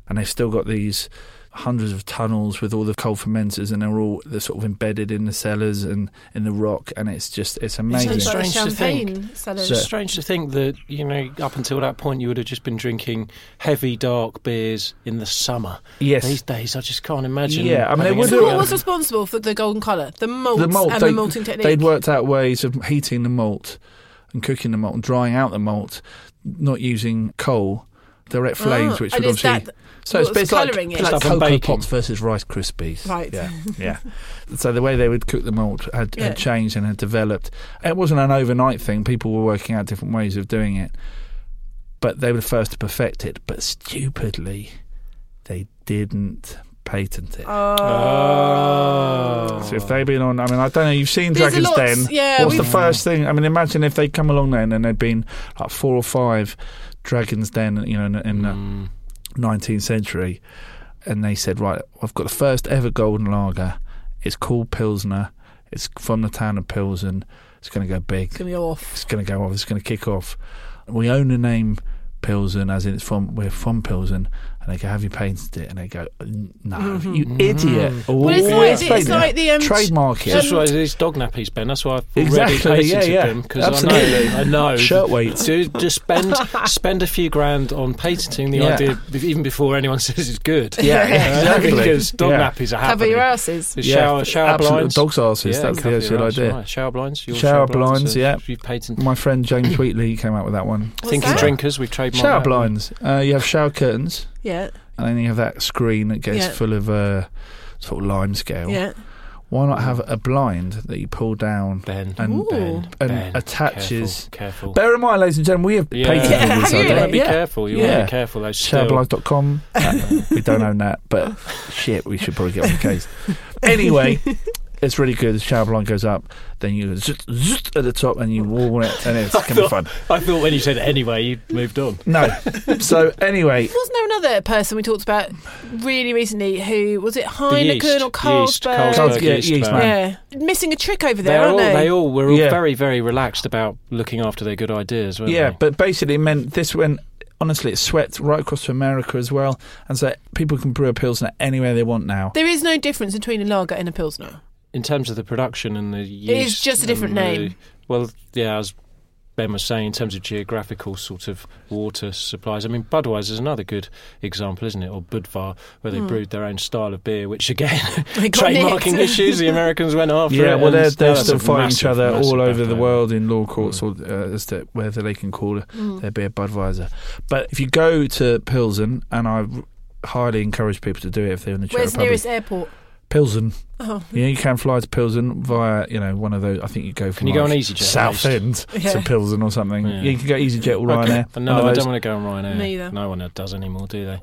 Speaker 3: and they've still got these hundreds of tunnels with all the cold fermenters, and they're all they're sort of embedded in the cellars and in the rock, and it's just it's amazing.
Speaker 4: Sounds like
Speaker 2: Strange to think.
Speaker 4: champagne sellers.
Speaker 3: So-
Speaker 2: It's strange to think that you know up until that point you would have just been drinking heavy dark beers in the summer.
Speaker 3: Yes.
Speaker 2: these days I just can't imagine.
Speaker 3: Yeah, I mean, it
Speaker 2: having
Speaker 3: would
Speaker 2: a-
Speaker 4: So what
Speaker 3: Yeah.
Speaker 4: was responsible for the golden colour? The malt,
Speaker 3: the malt
Speaker 4: and
Speaker 3: they,
Speaker 4: the malting technique.
Speaker 3: they'd worked out ways of heating the malt and cooking the malt and drying out the malt, not using coal. Direct flames,
Speaker 4: Ah,
Speaker 3: which
Speaker 4: and
Speaker 3: would
Speaker 4: is
Speaker 3: obviously
Speaker 4: that
Speaker 3: so it's
Speaker 4: what's
Speaker 3: basically like,
Speaker 4: colouring it?
Speaker 3: it's like
Speaker 2: Stuff and
Speaker 3: cocoa
Speaker 2: baking.
Speaker 3: pops versus rice krispies.
Speaker 4: Right.
Speaker 3: Yeah. Yeah. so the way they would cook the malt had,
Speaker 4: Yeah.
Speaker 3: had changed and had developed. It wasn't an overnight thing. People were working out different ways of doing it, but they were the first to perfect it. But stupidly, they didn't patent it.
Speaker 2: Oh.
Speaker 3: So if they've been on, I mean, I don't know. You've seen
Speaker 4: There's a
Speaker 3: Dragon's
Speaker 4: lot-
Speaker 3: Den.
Speaker 4: yeah,
Speaker 3: What's the
Speaker 4: we've-
Speaker 3: first thing? I mean, imagine if they'd come along then and there'd been like four or five Dragon's Den, you know, in, in
Speaker 2: Mm. Hmm.
Speaker 3: the 19th century, and they said, right, I've got the first ever golden lager. It's called Pilsner. It's from the town of Pilsen. It's going to go big.
Speaker 4: It's gonna be off.
Speaker 3: It's going to go off. It's going to kick off. We own the name Pilsen, as in it's from we're from Pilsen. And they go, "Have you patented it?" And they go, "N- "No, you idiot!" Well,
Speaker 4: it's like- it's like the, um,
Speaker 3: trademark it.
Speaker 2: That's why these dog nappies, Ben. That's why I've already
Speaker 3: Exactly,
Speaker 2: patented
Speaker 3: yeah, yeah.
Speaker 2: them because I
Speaker 3: Absolutely.
Speaker 2: know, I know.
Speaker 3: Shirt weights.
Speaker 2: To just spend spend a few grand on patenting the
Speaker 3: Yeah.
Speaker 2: idea b- even before anyone says it's good.
Speaker 3: Yeah, exactly.
Speaker 2: because dog
Speaker 3: Yeah.
Speaker 2: nappies are
Speaker 4: Cover
Speaker 2: happening.
Speaker 4: your asses.
Speaker 2: The shower, shower
Speaker 3: absolute
Speaker 2: blinds.
Speaker 3: dog's asses. That's
Speaker 2: cover
Speaker 3: the
Speaker 2: your
Speaker 3: actual
Speaker 2: arse,
Speaker 3: idea.
Speaker 2: right. Shower blinds. Your
Speaker 3: Shower blinds,
Speaker 2: are-
Speaker 3: yeah.
Speaker 2: You've patented.
Speaker 3: My friend James Wheatley came out with that one.
Speaker 4: What's
Speaker 2: Thinking
Speaker 4: that?
Speaker 2: drinkers, we trademarked.
Speaker 3: Shower
Speaker 2: that one.
Speaker 3: blinds. Uh, you have shower curtains,
Speaker 4: Yeah.
Speaker 3: and then you have that screen that gets
Speaker 4: Yeah.
Speaker 3: full of uh, sort of lime scale.
Speaker 4: Yeah.
Speaker 3: Why not have a blind that you pull down
Speaker 2: Ben,
Speaker 3: and,
Speaker 2: Ooh. Ben,
Speaker 3: and
Speaker 2: Ben,
Speaker 3: attaches?
Speaker 2: careful, careful.
Speaker 3: Bear in mind, ladies and gentlemen, we have
Speaker 2: Yeah.
Speaker 3: patented
Speaker 2: Yeah,
Speaker 3: this
Speaker 2: you
Speaker 3: idea.
Speaker 2: gotta be careful, you wanna be careful, though, still. Oh.
Speaker 3: Shareblind.com. Uh, we don't own that, but shit, we should probably get on the case. Anyway, it's really good. The shower blind goes up, then you zzz, zzz at the top, and you warm it, and it's gonna be fun.
Speaker 2: I thought when you said anyway, you moved on.
Speaker 3: No, so anyway,
Speaker 4: Wasn't there another person we talked about really recently who was it Heineken
Speaker 2: yeast, yeast,
Speaker 4: or Carlsberg?
Speaker 2: Carlsberg,
Speaker 3: Yeah,
Speaker 2: yeast
Speaker 3: yeast
Speaker 2: man.
Speaker 3: man.
Speaker 4: Yeah, missing a trick over there,
Speaker 2: They're all,
Speaker 4: aren't
Speaker 2: they all were all
Speaker 3: Yeah.
Speaker 2: very, very relaxed about looking after their good ideas, weren't
Speaker 3: yeah,
Speaker 2: they?
Speaker 3: but basically it meant this went. Honestly, it swept right across to America as well, and so people can brew a pilsner anywhere they want now.
Speaker 4: There is no difference between a lager and a pilsner.
Speaker 2: in terms of the production and the yeast,
Speaker 4: is just a different
Speaker 2: and the-
Speaker 4: name.
Speaker 2: well, yeah, as Ben was saying, in terms of geographical sort of water supplies. I mean, Budweiser is another good example, isn't it? Or Budvar, where they brewed their own style of beer, which again,
Speaker 4: They Hmm. got
Speaker 2: trademarking
Speaker 4: nicked.
Speaker 2: issues. The Americans went after. Oh,
Speaker 3: yeah,
Speaker 2: it
Speaker 3: well,
Speaker 2: and
Speaker 3: they're,
Speaker 2: now
Speaker 3: they're
Speaker 2: that's
Speaker 3: still
Speaker 2: a
Speaker 3: fighting each
Speaker 2: massive,
Speaker 3: other
Speaker 2: massive Mm.
Speaker 3: all over the
Speaker 2: backbone.
Speaker 3: world in law courts or uh, as to whether they can call it
Speaker 2: Mm.
Speaker 3: their beer Budweiser. But if you go to Pilsen, and I highly encourage people to do it if they're in the Czech
Speaker 4: Where's
Speaker 3: Republic.
Speaker 4: nearest airport?
Speaker 3: Pilsen.
Speaker 4: Oh.
Speaker 3: Yeah, you can fly to Pilsen via you know one of those. I think you go from
Speaker 2: Can you go
Speaker 3: like
Speaker 2: on EasyJet at
Speaker 3: South End
Speaker 4: Yeah.
Speaker 3: to Pilsen or something.
Speaker 2: Yeah.
Speaker 3: Yeah. You can go EasyJet or Ryanair.
Speaker 2: Okay. No,
Speaker 3: one
Speaker 2: I don't
Speaker 3: of those.
Speaker 2: want to go on Ryanair.
Speaker 4: Neither.
Speaker 2: No one does anymore, do they?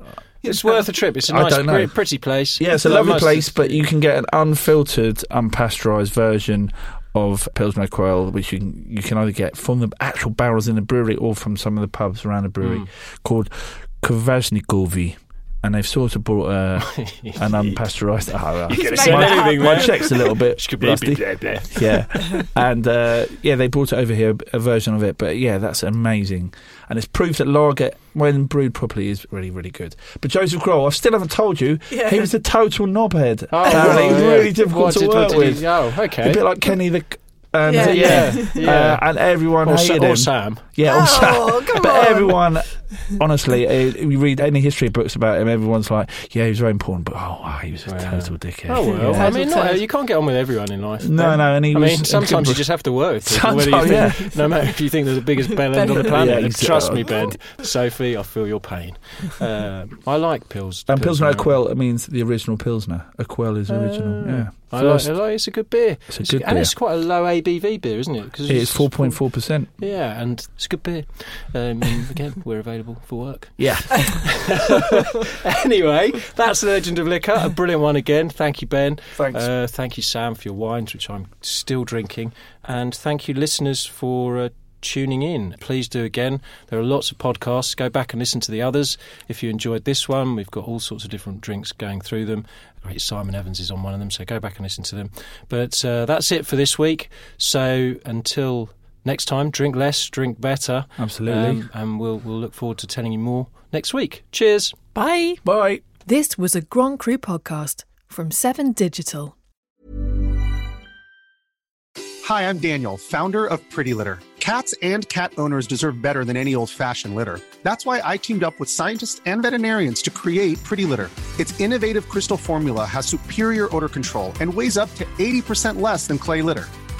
Speaker 3: Yeah,
Speaker 2: It's worth a trip. It's a
Speaker 3: I
Speaker 2: nice,
Speaker 3: don't know.
Speaker 2: pretty, pretty place.
Speaker 3: Yeah, it's a
Speaker 2: Like
Speaker 3: lovely
Speaker 2: most-
Speaker 3: place, but you can get an unfiltered, unpasteurised version of Pilsner Quail, which you can, you can either get from the actual barrels in the brewery or from some of the pubs around the brewery,
Speaker 2: Mm.
Speaker 3: called Kvasnikovi. And they've sort of brought uh, an unpasteurised. Oh, right.
Speaker 2: could've said
Speaker 3: my,
Speaker 2: anything
Speaker 3: my
Speaker 2: there.
Speaker 3: check's a little bit
Speaker 2: Skibidi
Speaker 3: rusty.
Speaker 2: blah, blah.
Speaker 3: yeah, and uh, yeah, they brought it over here, a version of it. But yeah, that's amazing, and it's proof that lager, when brewed properly, is really, really good. But Joseph Grohl, I still haven't told you,
Speaker 4: Yeah.
Speaker 3: he was a total knobhead.
Speaker 2: Oh,
Speaker 3: apparently,
Speaker 2: well,
Speaker 3: He was
Speaker 2: yeah.
Speaker 3: really difficult
Speaker 2: What
Speaker 3: to
Speaker 2: did- what
Speaker 3: work
Speaker 2: did he-
Speaker 3: with.
Speaker 2: oh, okay.
Speaker 3: A bit like Kenny the. C- And,
Speaker 4: Yeah.
Speaker 2: Yeah, yeah.
Speaker 3: Uh, and everyone
Speaker 2: Or, Sa-
Speaker 3: hated
Speaker 2: or
Speaker 3: him.
Speaker 2: Sam.
Speaker 3: Yeah, or Sam.
Speaker 4: Oh, come
Speaker 3: but
Speaker 4: on.
Speaker 3: everyone, honestly, uh, you read any history books about him, everyone's like, "Yeah, he was very important," but oh, wow, he was a total dickhead.
Speaker 2: Oh well,
Speaker 3: Yeah.
Speaker 2: I mean, not, you can't get on with everyone in life.
Speaker 3: No, no, and he
Speaker 2: I
Speaker 3: was-
Speaker 2: mean, sometimes you just have to work. With people, whether
Speaker 3: Sometimes,
Speaker 2: you think, No matter if you think they're the biggest bell end on the planet,
Speaker 3: Yeah,
Speaker 2: and
Speaker 3: exactly.
Speaker 2: trust me, Ben, Sophie, I feel your pain. Um, I like pills.
Speaker 3: And Pilsner
Speaker 2: ale.
Speaker 3: Aquell it means the original Pilsner. Aquell is original.
Speaker 2: Ah.
Speaker 3: yeah.
Speaker 2: I like,
Speaker 3: First-
Speaker 2: I like- it's a good beer.
Speaker 3: It's a good
Speaker 2: and
Speaker 3: beer.
Speaker 2: it's quite a low ABV beer, isn't it? Cause
Speaker 3: it is 4.4%.
Speaker 2: Yeah, and it's a good beer. Um, and again, we're available for work.
Speaker 3: Yeah.
Speaker 2: anyway, that's Legend of Liquor. A brilliant one again. Thank you, Ben.
Speaker 3: Thanks.
Speaker 2: Uh, thank you, Sam, for your wines, which I'm still drinking. And thank you, listeners, for. Uh, Tuning in. Please do again. There are lots of podcasts. Go back and listen to the others. If you enjoyed this one, we've got all sorts of different drinks going through them. Great Simon Evans is on one of them, so go back and listen to them. But uh, that's it for this week. So until next time, drink less, drink better.
Speaker 3: Absolutely.
Speaker 2: Um, and we'll, we'll look forward to telling you more next week. Cheers.
Speaker 1: Bye.
Speaker 3: Bye.
Speaker 1: This was a Grand Cru podcast from 7 Digital.
Speaker 6: Hi, I'm Daniel, founder of Pretty Litter. Cats and cat owners deserve better than any old fashioned litter. That's why I teamed up with scientists and veterinarians to create Pretty Litter. Its innovative crystal formula has superior odor control and weighs up to 80% less than clay litter.